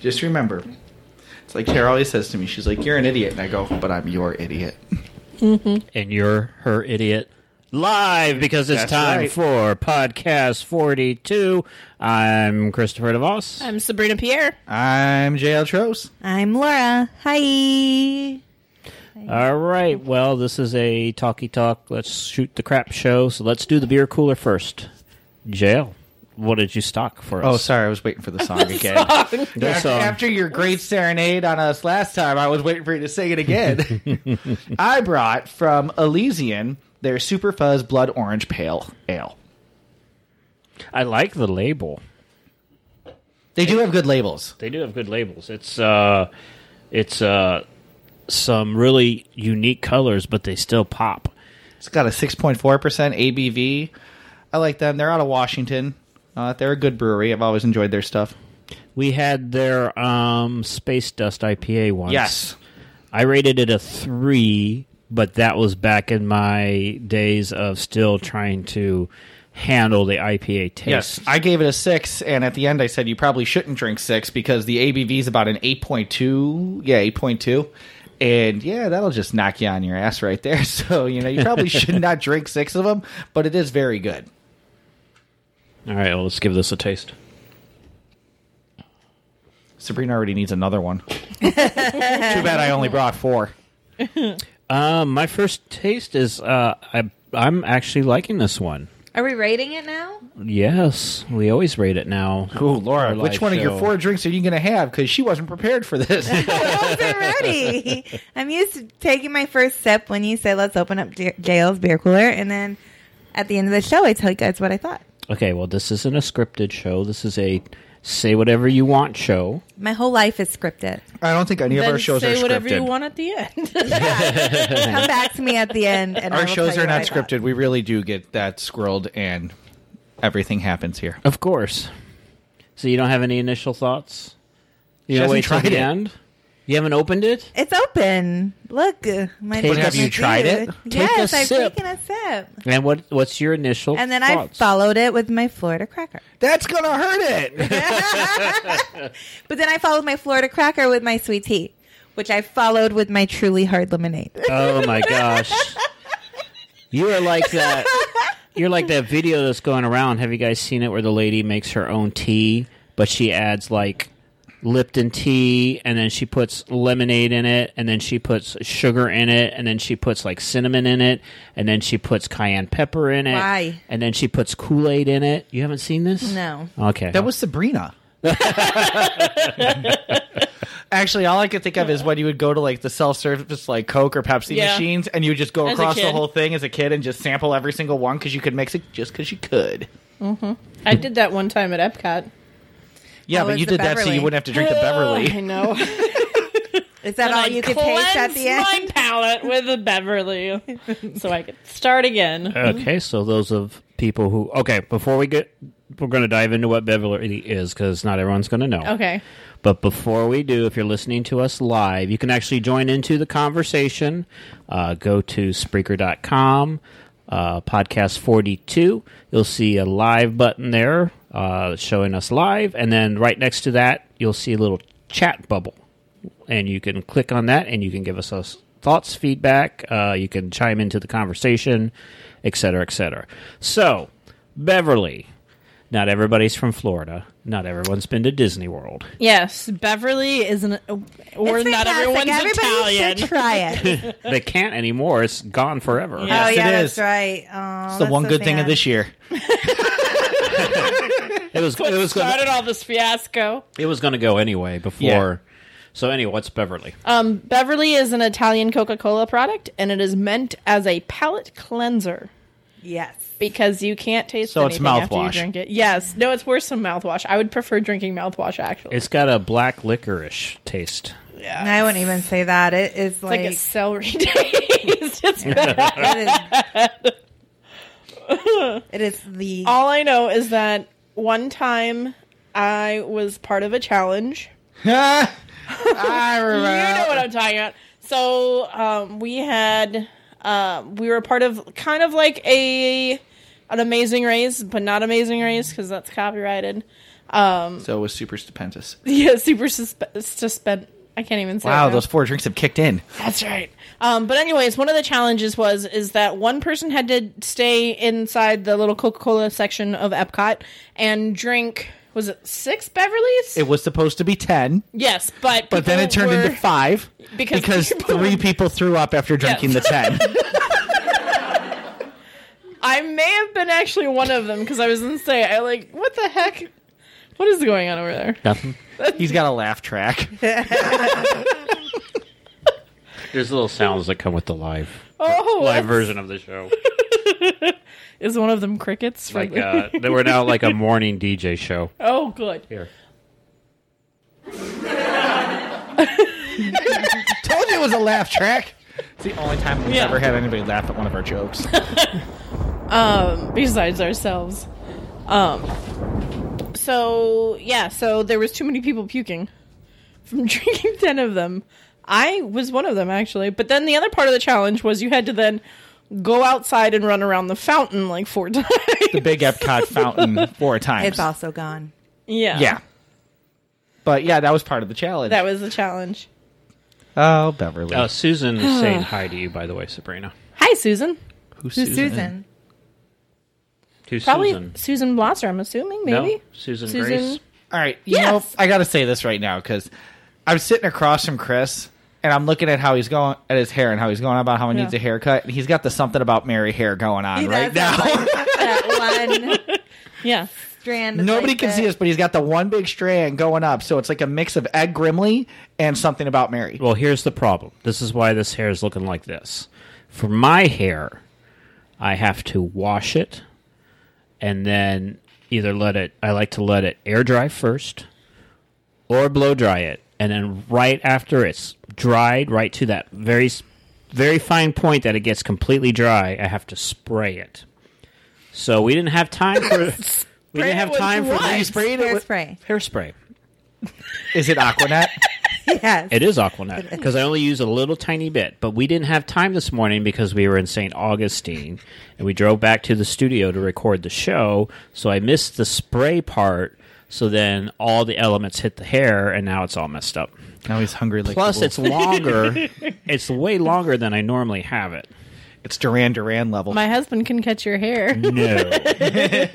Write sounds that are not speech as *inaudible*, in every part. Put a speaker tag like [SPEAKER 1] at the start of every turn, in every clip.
[SPEAKER 1] Just remember. It's like Tara always says to me, she's like, You're an idiot. And I go, But I'm your idiot.
[SPEAKER 2] and you're her idiot live because it's
[SPEAKER 1] That's
[SPEAKER 2] time
[SPEAKER 1] right.
[SPEAKER 2] for podcast 42 i'm christopher devos
[SPEAKER 3] I'm Sabrina Pierre.
[SPEAKER 1] I'm JL Tros.
[SPEAKER 4] I'm Laura. Hi.
[SPEAKER 2] all right well this is a talkie talk let's shoot the crap show so let's do the beer cooler first jail what did you stock for
[SPEAKER 1] Oh,
[SPEAKER 2] us um,
[SPEAKER 1] sorry, I was waiting for the *laughs* song again.
[SPEAKER 2] No
[SPEAKER 1] After,
[SPEAKER 2] song.
[SPEAKER 1] after your great serenade on us last time, I was waiting for you to sing it *laughs* again. I brought from Elysian their Super Fuzz Blood Orange Pale Ale.
[SPEAKER 2] i like the label
[SPEAKER 1] They do have good labels.
[SPEAKER 2] they do have good labels it's uh it's uh some really unique colors but they still pop
[SPEAKER 1] It's got a 6.4% ABV. I like them. They're out of Washington. Uh, they're a good brewery. I've always enjoyed their stuff.
[SPEAKER 2] we had their um space dust ipa once
[SPEAKER 1] Yes.
[SPEAKER 2] I rated it a three, but that was back in my days of still trying to handle the IPA taste.
[SPEAKER 1] Yes. I gave it a six, and at the end I said you probably shouldn't drink six because the ABV is about an 8.2. Yeah, 8.2. And yeah, that'll just knock you on your ass right there. *laughs* So, you know, you probably *laughs* should not drink six of them, but it is very good.
[SPEAKER 2] All right, well, let's give this a taste.
[SPEAKER 1] Sabrina already needs another
[SPEAKER 3] *laughs*
[SPEAKER 1] one. Too bad I only brought four.
[SPEAKER 2] Um, my first taste is uh, I, I'm actually liking this one.
[SPEAKER 4] Are we rating it now?
[SPEAKER 2] Yes, we always rate it now.
[SPEAKER 1] Ooh, Laura,
[SPEAKER 2] Our
[SPEAKER 1] Uh, which
[SPEAKER 2] live
[SPEAKER 1] one of your
[SPEAKER 2] show.
[SPEAKER 1] four drinks are you going to have? Because she wasn't prepared for this.
[SPEAKER 4] *laughs* I wasn't ready. I'm used to taking my first sip when you say, let's open up J- JL's beer cooler. And then at the end of the show, I tell you guys what I thought.
[SPEAKER 2] Okay, well, this isn't a scripted show. This is a say whatever you want show.
[SPEAKER 4] My whole life is
[SPEAKER 1] *laughs*
[SPEAKER 4] scripted.
[SPEAKER 1] *laughs* I don't think any of
[SPEAKER 3] Then
[SPEAKER 1] our shows
[SPEAKER 3] say
[SPEAKER 1] are
[SPEAKER 3] whatever you
[SPEAKER 1] scripted.
[SPEAKER 3] want at the end. *laughs*
[SPEAKER 4] Come back to me at the end. And I
[SPEAKER 1] Our
[SPEAKER 4] will
[SPEAKER 1] shows
[SPEAKER 4] tell
[SPEAKER 1] are
[SPEAKER 4] you what
[SPEAKER 1] not
[SPEAKER 4] I thought.
[SPEAKER 1] scripted. We really do get that squirreled, and everything happens here.
[SPEAKER 2] Of course. So you don't have any initial thoughts? You don't
[SPEAKER 1] hasn't
[SPEAKER 2] wait till
[SPEAKER 1] tried
[SPEAKER 2] the
[SPEAKER 1] it.
[SPEAKER 2] end? You haven't opened it?
[SPEAKER 4] It's open. Look. uh, My
[SPEAKER 2] Take
[SPEAKER 4] dick
[SPEAKER 2] a- Have
[SPEAKER 4] is
[SPEAKER 2] you
[SPEAKER 1] tried it?
[SPEAKER 4] huge.
[SPEAKER 2] Take a
[SPEAKER 4] Yes, I've
[SPEAKER 2] sip.
[SPEAKER 4] taken a sip.
[SPEAKER 2] And what what's your initial
[SPEAKER 4] And then
[SPEAKER 2] thoughts?
[SPEAKER 4] I followed it with my Florida cracker.
[SPEAKER 1] That's gonna hurt it.
[SPEAKER 4] But then I followed my Florida cracker with my sweet tea, which I followed with my truly hard lemonade.
[SPEAKER 2] Oh my gosh. You are like that you're like that video that's going around. Have you guys seen it where the lady makes her own tea, but she adds like Lipton tea and then she puts lemonade in it and then she puts sugar in it and then she puts like cinnamon in it and then she puts cayenne pepper in it.
[SPEAKER 4] Why?
[SPEAKER 2] And then she puts Kool-Aid in it. You haven't seen this?
[SPEAKER 4] No.
[SPEAKER 1] *laughs*
[SPEAKER 2] Okay.
[SPEAKER 1] That was Sabrina. *laughs* Actually, all I could think of is when you would go to like the self service like Coke or Pepsi
[SPEAKER 3] Yeah.
[SPEAKER 1] machines, and you would just go
[SPEAKER 3] As a
[SPEAKER 1] across the
[SPEAKER 3] kid.
[SPEAKER 1] whole thing as a kid and just sample every single one because you could mix it just because you could.
[SPEAKER 3] I did that one time at Epcot.
[SPEAKER 1] Yeah,
[SPEAKER 4] Oh,
[SPEAKER 1] but
[SPEAKER 4] it's
[SPEAKER 1] you
[SPEAKER 4] the
[SPEAKER 1] did that so
[SPEAKER 4] Beverly.
[SPEAKER 1] you wouldn't have to drink the
[SPEAKER 3] I
[SPEAKER 1] Beverly. *laughs*
[SPEAKER 3] know.
[SPEAKER 4] Is that all
[SPEAKER 3] I
[SPEAKER 4] you could taste at
[SPEAKER 3] cleansed
[SPEAKER 4] the
[SPEAKER 3] *laughs*
[SPEAKER 4] end?
[SPEAKER 3] my palate with a Beverly, so I could start again.
[SPEAKER 2] Okay, so those of people who okay, before we get we're going to dive into what Beverly is cuz not everyone's going to know.
[SPEAKER 3] Okay.
[SPEAKER 2] But before we do, if you're listening to us live, you can actually join into the conversation. Uh, go to Spreaker.com, uh, podcast 42. You'll see a live button there uh, showing us live. And then right next to that, you'll see a little chat bubble. And you can click on that and you can give us us thoughts, feedback. Uh, you can chime into the conversation, et cetera, et cetera. So, Beverly. Not everybody's from Florida. Not everyone's been to Disney World.
[SPEAKER 3] Yes, Beverly is an. Or
[SPEAKER 4] It's
[SPEAKER 3] not
[SPEAKER 4] fantastic.
[SPEAKER 3] everyone's
[SPEAKER 4] Everybody
[SPEAKER 3] Italian.
[SPEAKER 4] Should try it.
[SPEAKER 2] they can't anymore. It's gone forever.
[SPEAKER 3] Yeah.
[SPEAKER 4] oh
[SPEAKER 1] Yes, it
[SPEAKER 4] yeah,
[SPEAKER 1] is.
[SPEAKER 4] that's right. Oh,
[SPEAKER 1] It's the
[SPEAKER 4] that's
[SPEAKER 1] one
[SPEAKER 4] so
[SPEAKER 1] good thing of
[SPEAKER 4] sad.
[SPEAKER 1] this *laughs* year.
[SPEAKER 2] It was it was gonna,
[SPEAKER 3] *laughs* started all this fiasco.
[SPEAKER 2] it was going to go anyway before. So anyway, what's Beverly?
[SPEAKER 3] Um, Beverly is an Italian Coca Cola product, and it is meant as a palate cleanser
[SPEAKER 4] Yes.
[SPEAKER 3] because you can't taste.
[SPEAKER 1] So it's
[SPEAKER 3] anything after
[SPEAKER 1] mouthwash.
[SPEAKER 3] you drink it. Yes, no, it's worse than mouthwash. I would prefer drinking mouthwash actually.
[SPEAKER 2] it's got a black licorice taste.
[SPEAKER 4] And I wouldn't even say that. It is
[SPEAKER 3] like,
[SPEAKER 4] like,
[SPEAKER 3] a *laughs* celery taste. *laughs* It's bad.
[SPEAKER 4] it, is, *laughs* it is the
[SPEAKER 3] All I know is that one time I was part of a challenge. *laughs*
[SPEAKER 1] I remember.
[SPEAKER 3] you know what I'm talking about. So um, we had uh, we were part of kind of like a an Amazing Race, but not Amazing Race because that's copyrighted. *laughs*
[SPEAKER 1] So it was super stupendous.
[SPEAKER 3] Yeah, super suspe- suspend. I can't even say.
[SPEAKER 1] Wow,
[SPEAKER 3] it now.
[SPEAKER 1] those four drinks have kicked in.
[SPEAKER 3] That's right. Um, but anyways, one of the challenges was is that one person had to stay inside the little Coca Cola section of Epcot and drink. Was it six Beverleys?
[SPEAKER 1] It was supposed to be ten,
[SPEAKER 3] yes, but
[SPEAKER 1] but then
[SPEAKER 3] people
[SPEAKER 1] it turned
[SPEAKER 3] were-
[SPEAKER 1] into five
[SPEAKER 3] because
[SPEAKER 1] because,
[SPEAKER 3] people-
[SPEAKER 1] three people threw up after drinking the
[SPEAKER 3] *laughs*
[SPEAKER 1] ten.
[SPEAKER 3] I may have been actually one of them because I was in state. I like what the heck. What is going on over there?
[SPEAKER 2] Nothing.
[SPEAKER 1] He's got a laugh track.
[SPEAKER 2] There's little sounds that come with the live
[SPEAKER 3] Oh,
[SPEAKER 2] live
[SPEAKER 3] that's-
[SPEAKER 2] version of the show.
[SPEAKER 3] is one of them crickets? from
[SPEAKER 2] Like
[SPEAKER 3] the-
[SPEAKER 2] uh, that we're now like a morning DJ show.
[SPEAKER 3] *laughs* oh, good.
[SPEAKER 2] Here,
[SPEAKER 1] *laughs* Told you it was a laugh track. It's the only time we've
[SPEAKER 3] Yeah.
[SPEAKER 1] ever had anybody laugh at one of our jokes.
[SPEAKER 3] besides ourselves. Um so yeah, so there was too many people puking from *laughs* drinking 10 of them. I was one of them actually, but then the other part of the challenge was you had to then go outside and run around the fountain like four *laughs* times.
[SPEAKER 1] the big Epcot fountain four times.
[SPEAKER 4] It's also gone.
[SPEAKER 3] yeah.
[SPEAKER 1] yeah. But yeah, that was part of the challenge.
[SPEAKER 3] That was the challenge.
[SPEAKER 1] oh, Beverly.
[SPEAKER 2] uh,
[SPEAKER 3] *sighs*
[SPEAKER 2] Susan is saying hi to you, by the way, Sabrina.
[SPEAKER 3] Hi Susan.
[SPEAKER 1] Who's
[SPEAKER 4] Who's Susan?
[SPEAKER 2] To
[SPEAKER 3] Probably Susan,
[SPEAKER 2] Susan.
[SPEAKER 3] Blosser, I'm assuming, maybe.
[SPEAKER 2] No, Susan,
[SPEAKER 3] Susan-
[SPEAKER 2] Grace.
[SPEAKER 1] All right, you
[SPEAKER 3] Yes.
[SPEAKER 1] know, I got to say this right now because I'm sitting across from Chris and I'm looking at how he's going at his hair and how he's going about how he
[SPEAKER 3] Yeah.
[SPEAKER 1] needs a haircut. And he's got the something about Mary hair going on
[SPEAKER 4] He
[SPEAKER 1] right
[SPEAKER 4] does have,
[SPEAKER 1] now. *laughs*
[SPEAKER 4] like, that one
[SPEAKER 3] Yeah.
[SPEAKER 4] strand. of,
[SPEAKER 1] Nobody
[SPEAKER 4] like,
[SPEAKER 1] can
[SPEAKER 4] the-
[SPEAKER 1] see us, but he's got the one big strand going up. So it's like a mix of Ed Grimley and something about Mary.
[SPEAKER 2] Well, here's the problem. This is why this hair is looking like this. For my hair, I have to wash it and then either let it, I like to let it air dry first or blow dry it. And then right after it's dried, right to that very, s- very fine point that it gets completely dry, I have to spray it. So we didn't have time
[SPEAKER 3] *laughs*
[SPEAKER 2] for. We
[SPEAKER 3] Spray it
[SPEAKER 2] didn't have
[SPEAKER 3] with
[SPEAKER 2] time for
[SPEAKER 3] what?
[SPEAKER 2] we sprayed it with
[SPEAKER 4] Hairspray.
[SPEAKER 2] hairspray.
[SPEAKER 1] Is it Aquanet?
[SPEAKER 4] Yes.
[SPEAKER 2] It is Aquanet because I only use a little tiny bit. But we didn't have time this morning because we were in St. Augustine and we drove back to the studio to record the show. So I missed the spray part. So then all the elements hit the hair and now it's all messed up.
[SPEAKER 1] now he's hungry. Like
[SPEAKER 2] Plus,
[SPEAKER 1] the wolf.
[SPEAKER 2] it's
[SPEAKER 4] *laughs*
[SPEAKER 2] longer. it's way longer than I normally have it.
[SPEAKER 1] it's Duran Duran level.
[SPEAKER 3] My husband can catch your hair.
[SPEAKER 2] No,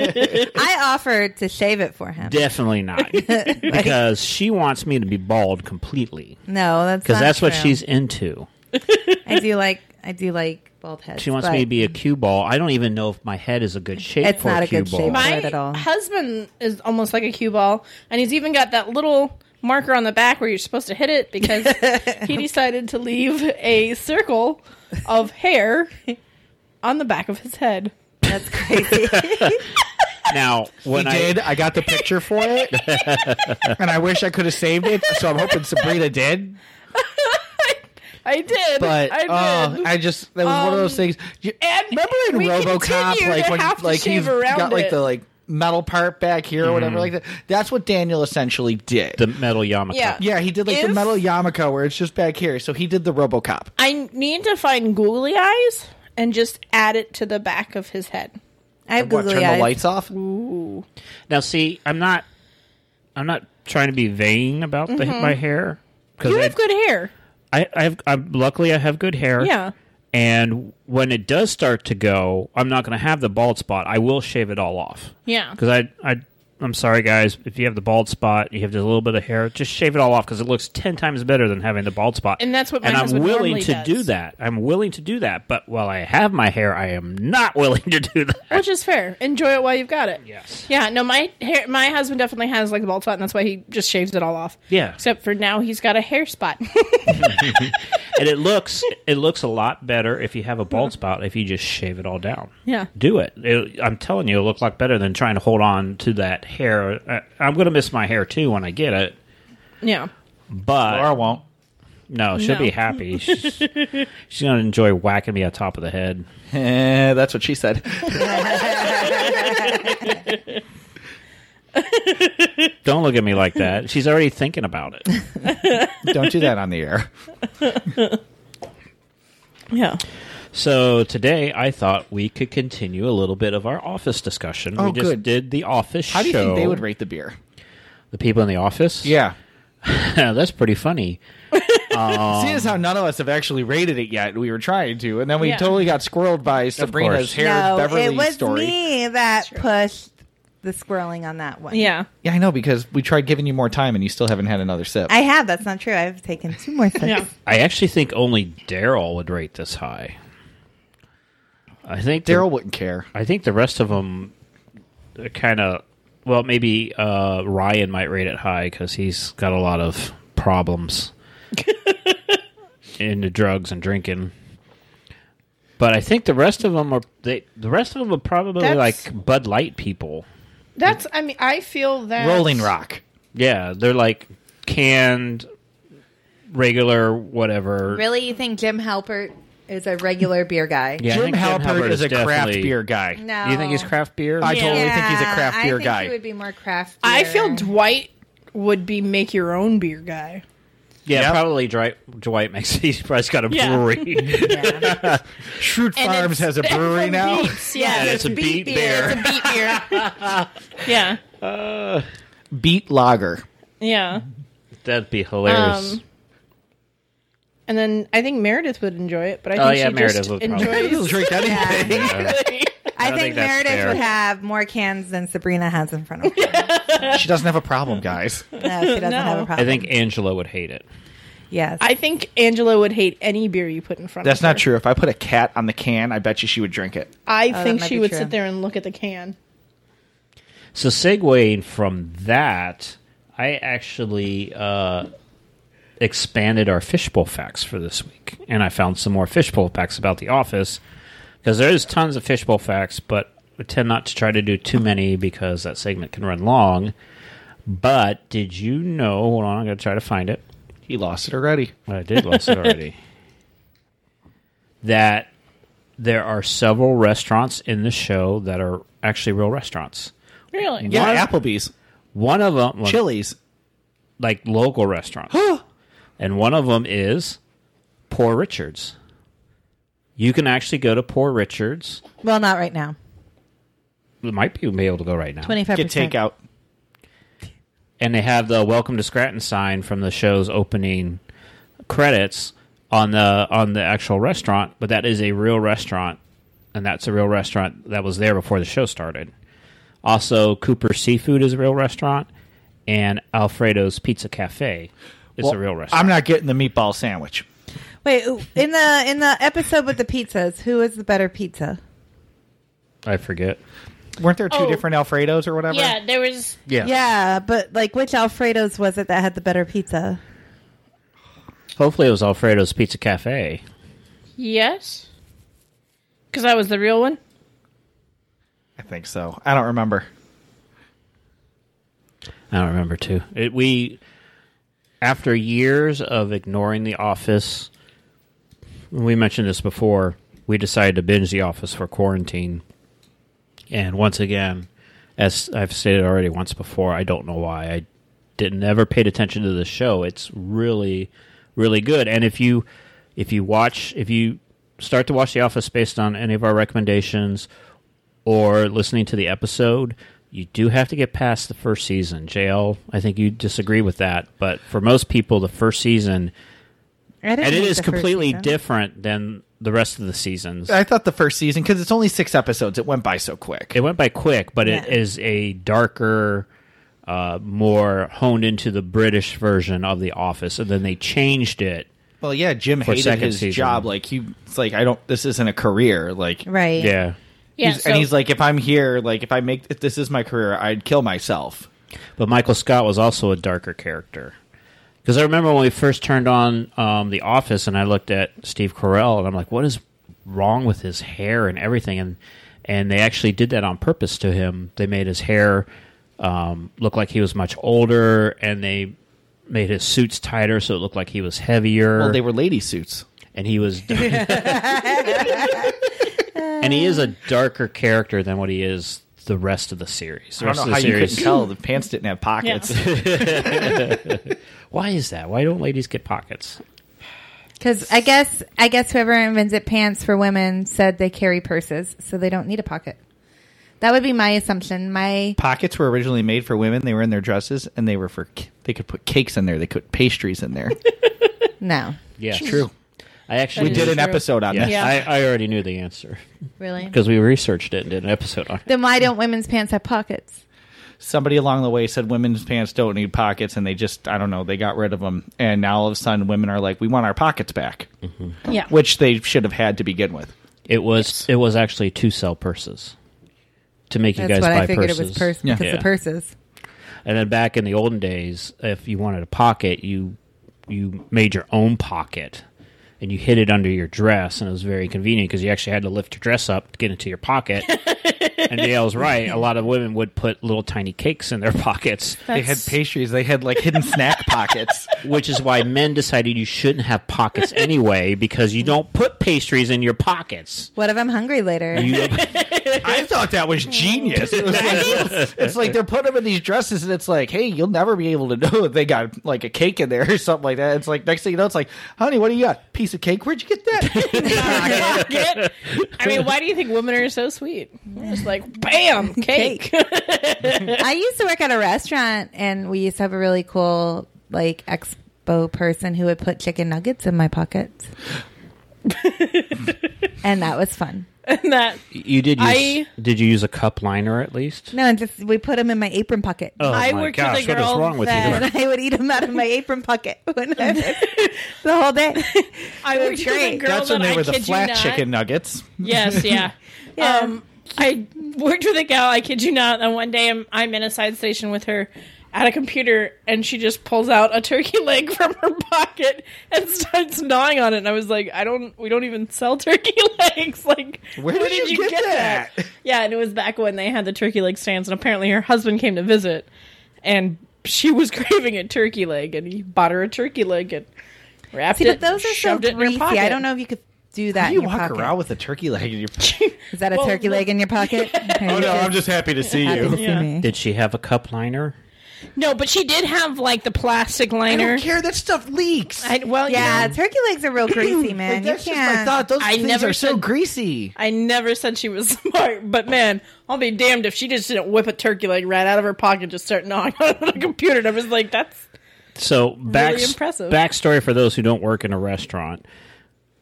[SPEAKER 4] I offered to shave it for him.
[SPEAKER 2] definitely
[SPEAKER 4] *laughs*
[SPEAKER 2] not. Because she wants me to be bald completely
[SPEAKER 4] no, that's
[SPEAKER 2] because
[SPEAKER 4] not
[SPEAKER 2] that's what
[SPEAKER 4] true.
[SPEAKER 2] she's into.
[SPEAKER 4] I do like. I do like bald heads.
[SPEAKER 2] She wants
[SPEAKER 4] but
[SPEAKER 2] me to be a cue ball. I don't even know if my head is a good shape
[SPEAKER 4] It's
[SPEAKER 2] for
[SPEAKER 4] not
[SPEAKER 2] a
[SPEAKER 4] a
[SPEAKER 2] cue
[SPEAKER 4] good
[SPEAKER 2] ball.
[SPEAKER 4] shape.
[SPEAKER 3] My
[SPEAKER 4] it at all.
[SPEAKER 3] husband is almost like a cue ball, and he's even got that little marker on the back where you're supposed to hit it because he decided to leave a circle of hair on the back of his head.
[SPEAKER 4] That's crazy.
[SPEAKER 2] Now, when
[SPEAKER 1] I
[SPEAKER 2] I
[SPEAKER 1] did. I got the picture for
[SPEAKER 3] *laughs*
[SPEAKER 1] it, and I wish I could have saved it. So I'm hoping Sabrina did.
[SPEAKER 3] I did,
[SPEAKER 1] But
[SPEAKER 3] I did.
[SPEAKER 1] oh, I just that was one of those
[SPEAKER 3] Um,
[SPEAKER 1] things. You-
[SPEAKER 3] and
[SPEAKER 1] remember in
[SPEAKER 3] we
[SPEAKER 1] RoboCop,
[SPEAKER 3] continue
[SPEAKER 1] like
[SPEAKER 3] to
[SPEAKER 1] when
[SPEAKER 3] have to
[SPEAKER 1] like
[SPEAKER 3] shave
[SPEAKER 1] he's
[SPEAKER 3] around
[SPEAKER 1] got like
[SPEAKER 3] it.
[SPEAKER 1] the like metal part back here or whatever like that. That's what Daniel essentially did.
[SPEAKER 2] the metal yarmulke.
[SPEAKER 3] Yeah.
[SPEAKER 1] yeah, he did like the
[SPEAKER 3] If-
[SPEAKER 1] metal yarmulke where it's just back here. So he did the RoboCop.
[SPEAKER 3] I need to find googly eyes and just add it to the back of his head.
[SPEAKER 4] I have
[SPEAKER 1] What,
[SPEAKER 4] googly
[SPEAKER 1] turn
[SPEAKER 4] eyes.
[SPEAKER 1] the lights off.
[SPEAKER 2] Now, see, I'm not, I'm not trying to be vain about the, my hair
[SPEAKER 3] Mm-hmm. You
[SPEAKER 2] because
[SPEAKER 3] have good hair.
[SPEAKER 2] I, I, have, I'm, luckily I have good hair.
[SPEAKER 3] Yeah.
[SPEAKER 2] And when it does start to go, I'm not going to have the bald spot. I will shave it all off.
[SPEAKER 3] Yeah.
[SPEAKER 2] Because I, I, I'm sorry, guys. If you have the bald spot, you have just a little bit of hair. Just shave it all off because it looks ten times better than having the bald spot.
[SPEAKER 3] And that's what my
[SPEAKER 2] and I'm
[SPEAKER 3] husband
[SPEAKER 2] willing
[SPEAKER 3] normally
[SPEAKER 2] to
[SPEAKER 3] does.
[SPEAKER 2] do that. I'm willing to do that. But while I have my hair, I am not willing to do that.
[SPEAKER 3] Which is fair. Enjoy it while you've got it.
[SPEAKER 2] Yes.
[SPEAKER 3] Yeah, no, my hair, my husband definitely has like a bald spot, and that's why he just shaves it all off.
[SPEAKER 2] Yeah.
[SPEAKER 3] Except for now, he's got a hair spot. *laughs*
[SPEAKER 2] and it looks it looks a lot better if you have a bald spot if you just shave it all down.
[SPEAKER 3] Yeah.
[SPEAKER 2] do it. It- I'm telling you, it'll look a lot better than trying to hold on to that hair. I, I'm gonna miss my hair too when I get it,
[SPEAKER 3] yeah.
[SPEAKER 2] but
[SPEAKER 1] Or I won't.
[SPEAKER 2] no, she'll
[SPEAKER 3] No.
[SPEAKER 2] be happy.
[SPEAKER 3] *laughs*
[SPEAKER 2] She's, she's gonna enjoy whacking me on top of the head.
[SPEAKER 1] Eh, that's what she *laughs* said.
[SPEAKER 2] Don't look at me like that. She's already thinking about it.
[SPEAKER 1] Don't do that on the air.
[SPEAKER 3] Yeah.
[SPEAKER 2] So today, I thought we could continue a little bit of our office discussion.
[SPEAKER 1] Oh,
[SPEAKER 2] we just
[SPEAKER 1] good.
[SPEAKER 2] did the office.
[SPEAKER 1] How do you
[SPEAKER 2] show.
[SPEAKER 1] think they would rate the beer?
[SPEAKER 2] the people in the office.
[SPEAKER 1] Yeah.
[SPEAKER 2] *laughs* that's pretty funny.
[SPEAKER 1] See, is how none of us have actually rated it yet. We were trying to, and then we
[SPEAKER 3] Yeah.
[SPEAKER 1] totally got squirreled by Sabrina's
[SPEAKER 2] course.
[SPEAKER 1] hair Beverly
[SPEAKER 4] it was
[SPEAKER 1] story.
[SPEAKER 4] me that pushed the squirreling on that one.
[SPEAKER 3] Yeah.
[SPEAKER 1] Yeah, I know because we tried giving you more time, and you still haven't had another sip.
[SPEAKER 4] I have. That's not true. I've taken two more sips.
[SPEAKER 3] Yeah.
[SPEAKER 2] I actually think only Daryl would rate this high. I think the-
[SPEAKER 1] Daryl wouldn't care.
[SPEAKER 2] I think the rest of them are kind of well, maybe uh, Ryan might rate it high because he's got a lot of problems into drugs and drinking. But I think the rest of them are they, the rest of them are probably
[SPEAKER 3] That's-
[SPEAKER 2] like Bud Light people.
[SPEAKER 3] That's. I mean, I feel that
[SPEAKER 1] Rolling Rock.
[SPEAKER 2] Yeah, they're like canned, regular whatever.
[SPEAKER 4] Really, you think Jim Halpert is a regular beer guy?
[SPEAKER 2] Yeah, I
[SPEAKER 1] Jim
[SPEAKER 2] think
[SPEAKER 1] Halpert, is a craft
[SPEAKER 2] definitely-
[SPEAKER 1] beer guy.
[SPEAKER 4] No.
[SPEAKER 2] Do you think he's craft beer?
[SPEAKER 1] I
[SPEAKER 3] Yeah.
[SPEAKER 1] totally
[SPEAKER 4] Yeah,
[SPEAKER 1] think he's a craft beer
[SPEAKER 4] I think
[SPEAKER 1] guy.
[SPEAKER 4] He would be more craft.
[SPEAKER 3] I
[SPEAKER 4] beer.
[SPEAKER 3] feel Dwight would be make your own beer guy.
[SPEAKER 2] yeah,
[SPEAKER 1] Yep.
[SPEAKER 2] probably Dwight, Dwight makes. *laughs* He's probably got a
[SPEAKER 3] Yeah.
[SPEAKER 2] brewery. *laughs*
[SPEAKER 4] Yeah.
[SPEAKER 1] Shrewd
[SPEAKER 3] And
[SPEAKER 1] Farms
[SPEAKER 3] *laughs* it's-
[SPEAKER 1] has a brewery now.
[SPEAKER 3] Beats, yeah.
[SPEAKER 2] it's a beet beer.
[SPEAKER 3] It's a beet beer.
[SPEAKER 1] *laughs*
[SPEAKER 3] yeah.
[SPEAKER 1] Beat Lager.
[SPEAKER 3] Yeah.
[SPEAKER 2] That'd be hilarious. *laughs*
[SPEAKER 3] Um, And then I think Meredith would enjoy it, but I
[SPEAKER 2] Oh,
[SPEAKER 3] think
[SPEAKER 2] yeah,
[SPEAKER 3] she
[SPEAKER 2] Meredith
[SPEAKER 3] just
[SPEAKER 2] would probably-
[SPEAKER 1] He'll
[SPEAKER 3] enjoys
[SPEAKER 1] drink
[SPEAKER 4] *laughs*
[SPEAKER 1] anything.
[SPEAKER 2] Uh,
[SPEAKER 4] I,
[SPEAKER 2] think
[SPEAKER 4] think,
[SPEAKER 2] that's
[SPEAKER 4] Meredith
[SPEAKER 2] fair.
[SPEAKER 4] would have more cans than Sabrina has in front of
[SPEAKER 3] *laughs*
[SPEAKER 4] her.
[SPEAKER 1] She doesn't have a problem, guys.
[SPEAKER 4] No, she doesn't
[SPEAKER 3] No.
[SPEAKER 4] have a problem.
[SPEAKER 2] I think Angela would hate it.
[SPEAKER 4] yes.
[SPEAKER 3] I think Angela would hate any beer you put in front
[SPEAKER 1] That's
[SPEAKER 3] of her.
[SPEAKER 1] not true. If I put a cat on the can, I bet you she would drink it.
[SPEAKER 3] I
[SPEAKER 4] that
[SPEAKER 3] think
[SPEAKER 4] might
[SPEAKER 3] she
[SPEAKER 4] be
[SPEAKER 3] would
[SPEAKER 4] true.
[SPEAKER 3] sit there and look at the can.
[SPEAKER 2] So segueing from that, I actually uh, expanded our fishbowl facts for this week, and I found some more fishbowl facts about The Office because there is tons of fishbowl facts, but I tend not to try to do too many because that segment can run long. But did you know? Hold on, I'm going to try to find it.
[SPEAKER 1] He lost it already.
[SPEAKER 2] I did list it already. That there are several restaurants in the show that are actually real restaurants.
[SPEAKER 3] Really?
[SPEAKER 1] Yeah,
[SPEAKER 2] What?
[SPEAKER 1] Applebee's,
[SPEAKER 2] One of them,
[SPEAKER 1] Chili's.
[SPEAKER 2] like local restaurants, and one of them is Poor Richards. You can actually go to Poor Richards.
[SPEAKER 4] well, not right now.
[SPEAKER 2] You might be able to go right now.
[SPEAKER 4] Twenty five
[SPEAKER 1] Get
[SPEAKER 4] percent.
[SPEAKER 1] takeout.
[SPEAKER 2] and they have the "Welcome to Scranton" sign from the show's opening credits on the on the actual restaurant, but that is a real restaurant, and that's a real restaurant that was there before the show started. Also, Cooper Seafood is a real restaurant, and Alfredo's Pizza Cafe is a real restaurant.
[SPEAKER 1] I'm not getting the meatball sandwich.
[SPEAKER 4] Wait, ooh, in the in the episode with the pizzas, who is the better pizza?
[SPEAKER 2] I forget.
[SPEAKER 1] Weren't there two
[SPEAKER 3] Oh.
[SPEAKER 1] different Alfredos or whatever?
[SPEAKER 3] Yeah, there was.
[SPEAKER 4] Yeah, but like which Alfredo's was it that had the better pizza?
[SPEAKER 2] Hopefully, it was Alfredo's Pizza Cafe.
[SPEAKER 3] Yes. Because that was the real one?
[SPEAKER 1] I think so. I don't remember.
[SPEAKER 2] I don't remember too. It, we after years of ignoring The Office, we mentioned this before. We decided to binge The Office for quarantine, and once again, as I've stated already once before, I don't know why I didn't ever paid attention to the show. It's really, really good. And if you if you watch if you start to watch The Office based on any of our recommendations or listening to the episode, you do have to get past the first season. JL, I think you disagree with that, but for most people, the first season
[SPEAKER 4] I didn't
[SPEAKER 2] and it
[SPEAKER 4] like
[SPEAKER 2] is
[SPEAKER 4] the first
[SPEAKER 2] completely
[SPEAKER 4] season.
[SPEAKER 2] different than the rest of the seasons.
[SPEAKER 1] I thought the first season because it's only six episodes. It went by so quick.
[SPEAKER 2] It went by quick, but it
[SPEAKER 4] Yeah.
[SPEAKER 2] is a darker, uh, more honed into the British version of The Office, and then they changed it.
[SPEAKER 1] well, yeah, Jim hated
[SPEAKER 2] second
[SPEAKER 1] his
[SPEAKER 2] season.
[SPEAKER 1] job. Like he, it's like I don't. This isn't a career. Like
[SPEAKER 4] Right.
[SPEAKER 2] Yeah.
[SPEAKER 3] Yeah.
[SPEAKER 1] He's- and he's like, if I'm here, like if I make if this is my career, I'd kill myself.
[SPEAKER 2] But Michael Scott was also a darker character. Because I remember when we first turned on um, The Office and I looked at Steve Carell and I'm like, what is wrong with his hair and everything? And, and they actually did that on purpose to him. They made his hair um, look like he was much older and they made his suits tighter so it looked like he was heavier.
[SPEAKER 1] Well, they were lady suits.
[SPEAKER 2] and he was *laughs* and he is a darker character than what he is the rest of the series. The
[SPEAKER 1] I don't
[SPEAKER 2] rest
[SPEAKER 1] know
[SPEAKER 2] of
[SPEAKER 1] how
[SPEAKER 2] the
[SPEAKER 1] you couldn't
[SPEAKER 2] series.
[SPEAKER 1] tell. The pants didn't have pockets. *laughs*
[SPEAKER 2] Why is that? Why don't ladies get pockets?
[SPEAKER 4] Because I guess I guess whoever invented pants for women said they carry purses, so they don't need a pocket. That would be my assumption. My
[SPEAKER 1] Pockets were originally made for women. They were in their dresses, and they were for c- they could put cakes in there. They could put pastries in
[SPEAKER 2] *laughs*
[SPEAKER 1] there.
[SPEAKER 4] no,
[SPEAKER 2] Yeah,
[SPEAKER 1] It's true.
[SPEAKER 2] I actually
[SPEAKER 1] We
[SPEAKER 3] That
[SPEAKER 1] did
[SPEAKER 3] is
[SPEAKER 1] an
[SPEAKER 3] true.
[SPEAKER 1] episode on
[SPEAKER 2] Yeah,
[SPEAKER 1] this.
[SPEAKER 3] Yeah.
[SPEAKER 2] I, I already knew the answer
[SPEAKER 4] really.
[SPEAKER 2] because we researched it and did an episode on it.
[SPEAKER 4] Then why don't women's pants have pockets?
[SPEAKER 1] Somebody along the way said women's pants don't need pockets, and they just I don't know they got rid of them, and now all of a sudden women are like we want our pockets back,
[SPEAKER 3] Yeah.
[SPEAKER 1] which they should have had to begin with.
[SPEAKER 2] It was it was actually to sell purses to make you
[SPEAKER 4] That's
[SPEAKER 2] guys
[SPEAKER 4] what
[SPEAKER 2] buy
[SPEAKER 4] I figured
[SPEAKER 2] purses.
[SPEAKER 4] it was purse
[SPEAKER 1] Yeah.
[SPEAKER 4] because
[SPEAKER 2] Yeah.
[SPEAKER 4] the purses.
[SPEAKER 2] And then back in the olden days, if you wanted a pocket, you you made your own pocket and you hid it under your dress, and it was very convenient because you actually had to lift your dress up to get into your
[SPEAKER 4] *laughs*
[SPEAKER 2] pocket. and Dale's right; a lot of women would put little tiny cakes in their pockets,
[SPEAKER 1] They had pastries. They had like hidden *laughs* snack pockets.
[SPEAKER 2] which is why men decided you shouldn't have pockets anyway because you don't put pastries in your pockets.
[SPEAKER 4] What if I'm hungry later?
[SPEAKER 2] You,
[SPEAKER 1] *laughs*
[SPEAKER 2] *laughs*
[SPEAKER 1] I thought that was
[SPEAKER 3] *laughs*
[SPEAKER 1] genius. It was like, it's like they're putting them in these dresses, and it's like, hey, you'll never be able to know if they got like a cake in there or something like that. It's like next thing you know, it's like, honey, what do you got? Piece of cake? Where'd you get
[SPEAKER 3] *laughs*
[SPEAKER 1] that?
[SPEAKER 3] Pocket. I mean, why do you think women are so sweet? It's like, bam, cake.
[SPEAKER 4] *laughs* I used to work at a restaurant, and we used to have a really cool like expo person who would put chicken nuggets in
[SPEAKER 2] *laughs*
[SPEAKER 4] my pockets, and that was fun.
[SPEAKER 3] and *laughs* that
[SPEAKER 2] you did use,
[SPEAKER 3] I-
[SPEAKER 2] did you use a cup liner at least?
[SPEAKER 4] No, and just we put them in my apron pocket.
[SPEAKER 2] Oh
[SPEAKER 3] I
[SPEAKER 2] my
[SPEAKER 3] worked with a
[SPEAKER 2] gosh, what is
[SPEAKER 3] girl
[SPEAKER 2] wrong with you?
[SPEAKER 3] that-
[SPEAKER 1] *laughs*
[SPEAKER 4] And I would eat them out of my apron pocket *laughs* when I was- the whole day.
[SPEAKER 3] I
[SPEAKER 4] That's
[SPEAKER 3] worked with a
[SPEAKER 4] great.
[SPEAKER 3] girl
[SPEAKER 1] That's when
[SPEAKER 3] that
[SPEAKER 1] they
[SPEAKER 3] I
[SPEAKER 1] were the
[SPEAKER 3] kid you
[SPEAKER 1] flat
[SPEAKER 3] not-
[SPEAKER 1] chicken nuggets.
[SPEAKER 4] *laughs*
[SPEAKER 3] Yes, yeah.
[SPEAKER 4] Yeah.
[SPEAKER 3] Um, I worked with a gal. I kid you not. And one day I'm, I'm in a side station with her at a computer, and she just pulls out a turkey *laughs* leg from her pocket and starts gnawing on it. And I was like, I don't. We don't even sell turkey *laughs* legs. Like,
[SPEAKER 1] Where did you get that?
[SPEAKER 3] *laughs* Yeah, and it was back when they had the turkey leg stands, and apparently her husband came to visit, and she was *laughs* craving a turkey leg, and he bought her a turkey leg and wrapped
[SPEAKER 4] See,
[SPEAKER 3] it.
[SPEAKER 4] but those are so
[SPEAKER 3] shoved it in her
[SPEAKER 4] greasy.
[SPEAKER 3] pocket.
[SPEAKER 4] I don't know if you could do that.
[SPEAKER 1] How do you
[SPEAKER 4] in your
[SPEAKER 1] walk
[SPEAKER 4] pocket.
[SPEAKER 1] around with a turkey leg in your
[SPEAKER 3] *laughs*
[SPEAKER 4] Is that a
[SPEAKER 3] Well,
[SPEAKER 4] turkey
[SPEAKER 3] well-
[SPEAKER 4] leg in your pocket? oh
[SPEAKER 1] just happy to see
[SPEAKER 4] happy to see
[SPEAKER 3] Yeah.
[SPEAKER 4] me.
[SPEAKER 2] Did she have a cup liner?
[SPEAKER 3] No, but she did have like the plastic
[SPEAKER 1] I
[SPEAKER 3] liner.
[SPEAKER 1] don't care. That stuff leaks.
[SPEAKER 3] I, well, yeah.
[SPEAKER 4] Yeah, turkey legs are real greasy,
[SPEAKER 1] Like,
[SPEAKER 4] man.
[SPEAKER 1] that's
[SPEAKER 4] you
[SPEAKER 1] just my
[SPEAKER 4] can't.
[SPEAKER 1] thought. Those
[SPEAKER 3] I
[SPEAKER 1] things
[SPEAKER 3] never
[SPEAKER 1] are so
[SPEAKER 3] said-
[SPEAKER 1] greasy.
[SPEAKER 3] I never said she was *laughs* smart, but man, I'll be damned if she just didn't whip a turkey leg right out of her pocket and just start gnawing *laughs* on the computer. And I was like, that's
[SPEAKER 2] So back
[SPEAKER 3] impressive.
[SPEAKER 2] backstory for those who don't work in a restaurant.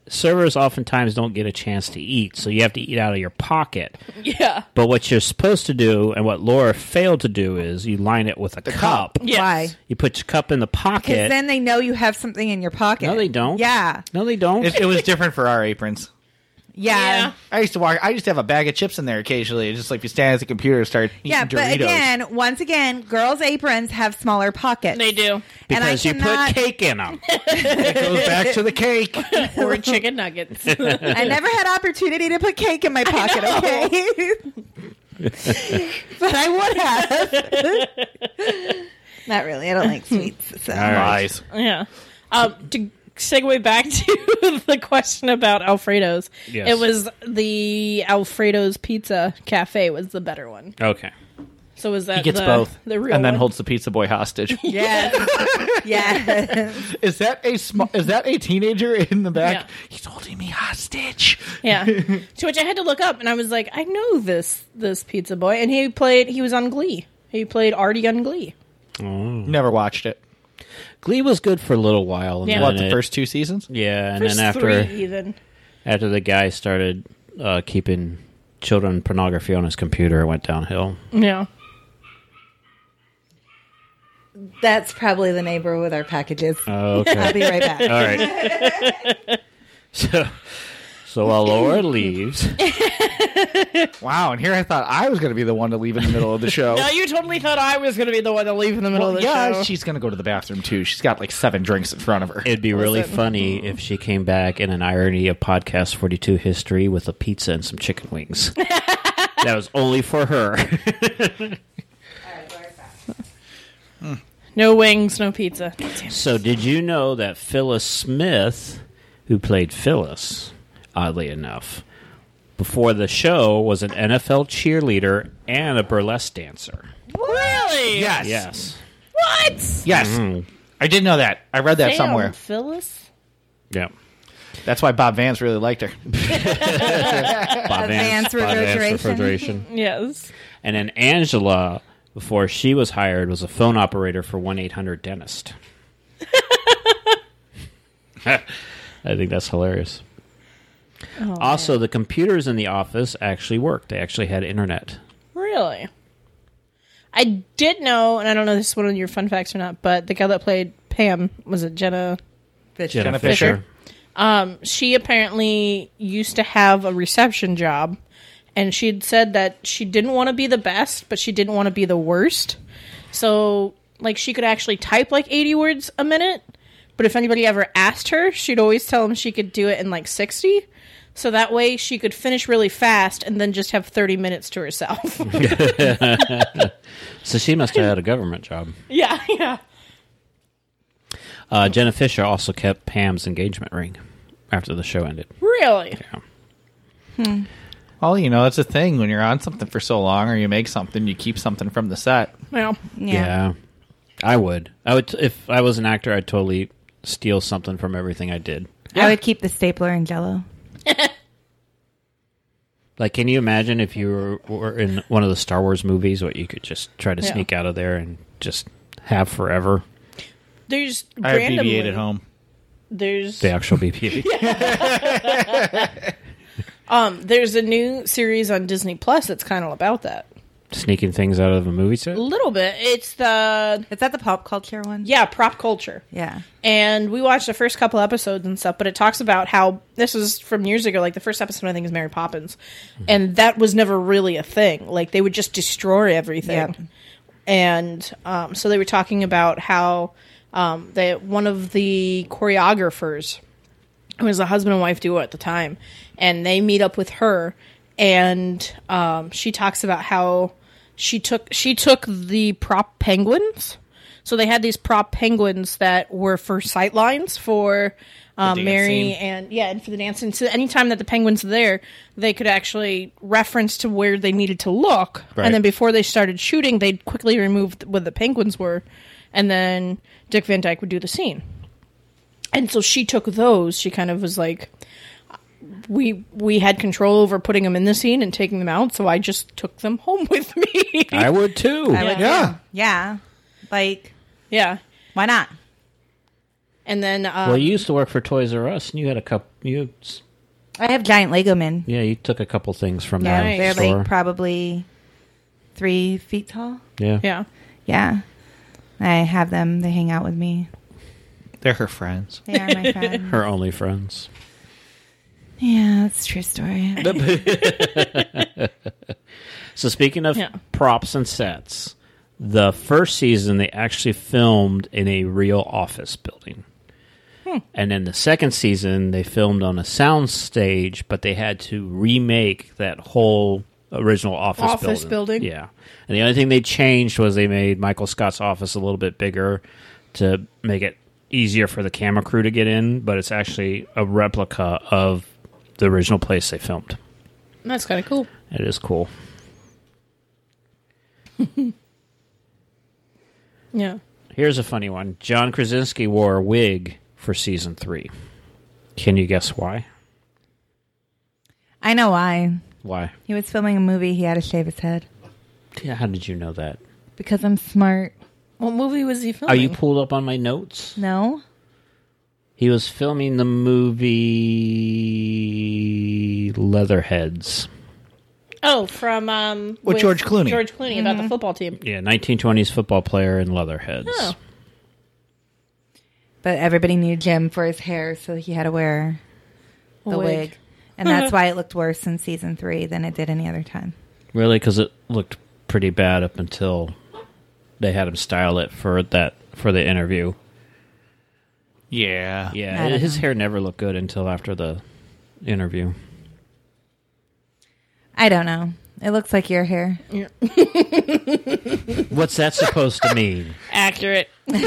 [SPEAKER 2] Servers oftentimes don't get a chance to eat, so you have to eat out of your pocket.
[SPEAKER 3] yeah,
[SPEAKER 2] But what you're supposed to do, and what Laura failed to do, is you line it with a cup.
[SPEAKER 3] yes.
[SPEAKER 4] Why?
[SPEAKER 2] You put your cup in the
[SPEAKER 4] Because
[SPEAKER 2] pocket.
[SPEAKER 4] then they know you have something in your pocket.
[SPEAKER 2] no, they don't.
[SPEAKER 4] Yeah.
[SPEAKER 2] No, they don't.
[SPEAKER 1] It, it was different for our aprons.
[SPEAKER 4] Yeah.
[SPEAKER 3] Yeah.
[SPEAKER 4] Yeah,
[SPEAKER 1] I used to walk. I used to have a bag of chips in there occasionally. It's just like if you stand at the computer and start eating Doritos.
[SPEAKER 4] but again, once again, girls' aprons have smaller pockets.
[SPEAKER 3] They do.
[SPEAKER 4] And I
[SPEAKER 2] because you
[SPEAKER 4] cannot-
[SPEAKER 2] put cake in
[SPEAKER 4] *laughs*
[SPEAKER 2] them.
[SPEAKER 1] it goes back to the
[SPEAKER 3] *laughs*
[SPEAKER 1] cake.
[SPEAKER 3] Or
[SPEAKER 1] *laughs*
[SPEAKER 3] chicken nuggets. *laughs*
[SPEAKER 4] I never had opportunity to put cake *laughs* in my pocket, okay? *laughs* but I would have. *laughs* Not really. I don't like sweets. So.
[SPEAKER 1] Lies.
[SPEAKER 3] yeah. Um, to segue back *laughs* to the question about Alfredo's,
[SPEAKER 2] Yes.
[SPEAKER 3] it was the Alfredo's Pizza Cafe was the better one.
[SPEAKER 2] Okay.
[SPEAKER 3] So was that
[SPEAKER 1] He gets
[SPEAKER 3] the,
[SPEAKER 1] both,
[SPEAKER 3] the real
[SPEAKER 1] and then
[SPEAKER 3] one? *laughs*
[SPEAKER 1] holds the pizza boy hostage.
[SPEAKER 4] Yes. yes.
[SPEAKER 1] is that a sm- is that a teenager in the back?
[SPEAKER 3] Yeah.
[SPEAKER 1] He's holding me hostage.
[SPEAKER 3] *laughs* Yeah. to which I had to look up, and I was like, I know this this pizza boy, and he played. He was on Glee. He played Artie on Glee.
[SPEAKER 1] Never watched it.
[SPEAKER 2] Glee was good for a little while. And
[SPEAKER 3] Yeah.
[SPEAKER 2] then
[SPEAKER 1] What the
[SPEAKER 2] it-
[SPEAKER 1] first two seasons?
[SPEAKER 2] Yeah, and
[SPEAKER 3] There's
[SPEAKER 2] then after
[SPEAKER 3] three even.
[SPEAKER 2] after the guy started uh, keeping children pornography on his computer, it went downhill.
[SPEAKER 4] *laughs*
[SPEAKER 3] Yeah.
[SPEAKER 4] *laughs* That's probably the neighbor with our packages.
[SPEAKER 2] Oh, Okay.
[SPEAKER 4] I'll be right back.
[SPEAKER 2] *laughs* All right.
[SPEAKER 4] *laughs*
[SPEAKER 2] *laughs* so, so while Laura leaves,
[SPEAKER 1] Wow. And here I thought I was going to be the one to leave in the middle of the show.
[SPEAKER 3] *laughs* Now you totally thought I was going to be the one to leave in the middle
[SPEAKER 1] Well,
[SPEAKER 3] of the
[SPEAKER 1] yeah,
[SPEAKER 3] show.
[SPEAKER 1] she's going to go to the bathroom too. She's got like seven drinks in front of her.
[SPEAKER 2] it'd be really
[SPEAKER 3] Listen.
[SPEAKER 2] funny if she came back in an irony of podcast 42 history with a pizza and some chicken wings. that was only for her.
[SPEAKER 3] no wings, no pizza.
[SPEAKER 2] so, did you know that Phyllis Smith, who played Phyllis, oddly enough, before the show was an NFL cheerleader and a burlesque dancer?
[SPEAKER 3] Really?
[SPEAKER 1] yes.
[SPEAKER 2] Yes. Mm-hmm.
[SPEAKER 3] What?
[SPEAKER 1] Yes. I did know that. I read that
[SPEAKER 3] Damn,
[SPEAKER 1] somewhere.
[SPEAKER 3] Phyllis.
[SPEAKER 2] Yeah.
[SPEAKER 1] That's why Bob Vance really liked her.
[SPEAKER 2] Bob
[SPEAKER 4] Advanced refrigeration.
[SPEAKER 2] refrigeration.
[SPEAKER 3] Yes.
[SPEAKER 2] And then Angela, before she was hired, was a phone operator for 1 800 Dentist. *laughs* I think that's hilarious. also, the computers in the office actually worked, they actually had internet.
[SPEAKER 3] Really? I did know, and I don't know if this is one of your fun facts or not, but the girl that played Pam was it Jenna?
[SPEAKER 1] Jenna Fisher.
[SPEAKER 3] Um, she apparently used to have a reception job, and she had said that she didn't want to be the best, but she didn't want to be the worst. So, like, she could actually type like 80 words a minute, but if anybody ever asked her, she'd always tell them she could do it in like 60. So that way she could finish really fast and then just have 30 minutes
[SPEAKER 1] *laughs*
[SPEAKER 3] to herself. *laughs*
[SPEAKER 2] So she must have had a government job.
[SPEAKER 3] yeah, yeah.
[SPEAKER 2] Uh, Jenna Fisher also kept Pam's engagement ring after the show ended.
[SPEAKER 3] Really?
[SPEAKER 1] Well, you know, it's a thing when you're on something for so long, or you make something, you keep something from the set.
[SPEAKER 3] Well,
[SPEAKER 2] Yeah. I would. I would if I was an actor. I'd totally steal something from everything I did.
[SPEAKER 4] I would keep the stapler in Jello.
[SPEAKER 2] Like, can you imagine if you were, were in one of the Star Wars movies, what you could just try to
[SPEAKER 3] Yeah.
[SPEAKER 2] sneak out of there and just have forever
[SPEAKER 3] there's
[SPEAKER 1] I have
[SPEAKER 3] randomly,
[SPEAKER 1] BB-8 at home.
[SPEAKER 3] There's
[SPEAKER 2] the actual BPA?
[SPEAKER 3] um there's a new series on Disney Plus that's kind of about that.
[SPEAKER 2] Sneaking things out of a movie set.
[SPEAKER 3] A little bit. It's the
[SPEAKER 4] Is that the pop culture one?
[SPEAKER 3] yeah, prop culture.
[SPEAKER 4] Yeah.
[SPEAKER 3] And we watched the first couple episodes and stuff, but it talks about how this is from years ago. Like the first episode, I think, is Mary Poppins, and that was never really a thing. Like they would just destroy everything.
[SPEAKER 4] Yep.
[SPEAKER 3] And um, so they were talking about how um, that one of the choreographers it was a husband and wife duo at the time, and they meet up with her, and um, she talks about how she took she took the prop penguins. So they had these prop penguins that were for sight lines for um,
[SPEAKER 1] dance
[SPEAKER 3] Mary
[SPEAKER 1] scene.
[SPEAKER 3] and yeah, and for the dancing. So anytime that the penguins were there, they could actually reference to where they needed to look,
[SPEAKER 2] Right.
[SPEAKER 3] and then before they started shooting, they'd quickly remove where the penguins were, and then Dick Van Dyke would do the scene and so she took those she kind of was like we we had control over putting them in the scene and taking them out so i just took them *laughs* home
[SPEAKER 2] *laughs*
[SPEAKER 3] with me
[SPEAKER 2] I would too.
[SPEAKER 4] I would
[SPEAKER 1] Yeah.
[SPEAKER 4] too. Yeah. Like,
[SPEAKER 3] yeah
[SPEAKER 4] why not?
[SPEAKER 3] and then um,
[SPEAKER 2] well, you used to work for Toys R Us, and you had a couple. You
[SPEAKER 4] I have giant Lego men.
[SPEAKER 2] yeah, you took a couple things from
[SPEAKER 4] Yeah.
[SPEAKER 2] that
[SPEAKER 4] They're
[SPEAKER 2] store.
[SPEAKER 4] like probably three feet tall.
[SPEAKER 2] yeah,
[SPEAKER 3] yeah
[SPEAKER 4] Yeah. I have them. They hang out with me.
[SPEAKER 1] They're her friends.
[SPEAKER 4] They are my friends.
[SPEAKER 2] her only friends.
[SPEAKER 4] yeah, that's a true story.
[SPEAKER 2] So speaking of
[SPEAKER 3] Yeah.
[SPEAKER 2] props and sets, the first season they actually filmed in a real office building.
[SPEAKER 3] Hmm.
[SPEAKER 2] And then the second season they filmed on a sound stage, but they had to remake that whole original office,
[SPEAKER 3] Office building.
[SPEAKER 2] Yeah. And the only thing they changed was they made Michael Scott's office a little bit bigger to make it easier for the camera crew to get in, but it's actually a replica of the original place they filmed.
[SPEAKER 3] that's kind of cool
[SPEAKER 2] It is cool.
[SPEAKER 3] yeah
[SPEAKER 2] Here's a funny one. John Krasinski wore a wig for season three. Can you guess why?
[SPEAKER 4] I know why.
[SPEAKER 2] Why?
[SPEAKER 4] He was filming a movie. He had to shave his head
[SPEAKER 2] Yeah, how did you know that?
[SPEAKER 4] because I'm smart.
[SPEAKER 3] what movie was he filming
[SPEAKER 2] Are you pulled up on my notes?
[SPEAKER 4] No,
[SPEAKER 2] He was filming the movie Leatherheads.
[SPEAKER 3] oh from um
[SPEAKER 1] With George Clooney.
[SPEAKER 3] george clooney about
[SPEAKER 4] Mm-hmm.
[SPEAKER 3] the football team
[SPEAKER 2] Yeah, 1920s football player in Leatherheads.
[SPEAKER 3] Oh.
[SPEAKER 4] but everybody knew Jim for his hair, so he had to wear the
[SPEAKER 3] A
[SPEAKER 4] wig. and that's why it looked worse in season three than it did any other time.
[SPEAKER 2] Really? Because it looked pretty bad up until they had him style it for that for the interview.
[SPEAKER 1] Yeah.
[SPEAKER 4] I
[SPEAKER 2] Yeah,
[SPEAKER 4] don't
[SPEAKER 2] his hair never looked good until after the interview.
[SPEAKER 4] I don't know. It looks like your hair. *laughs*
[SPEAKER 3] *laughs*
[SPEAKER 2] What's that supposed to mean?
[SPEAKER 3] accurate
[SPEAKER 4] See?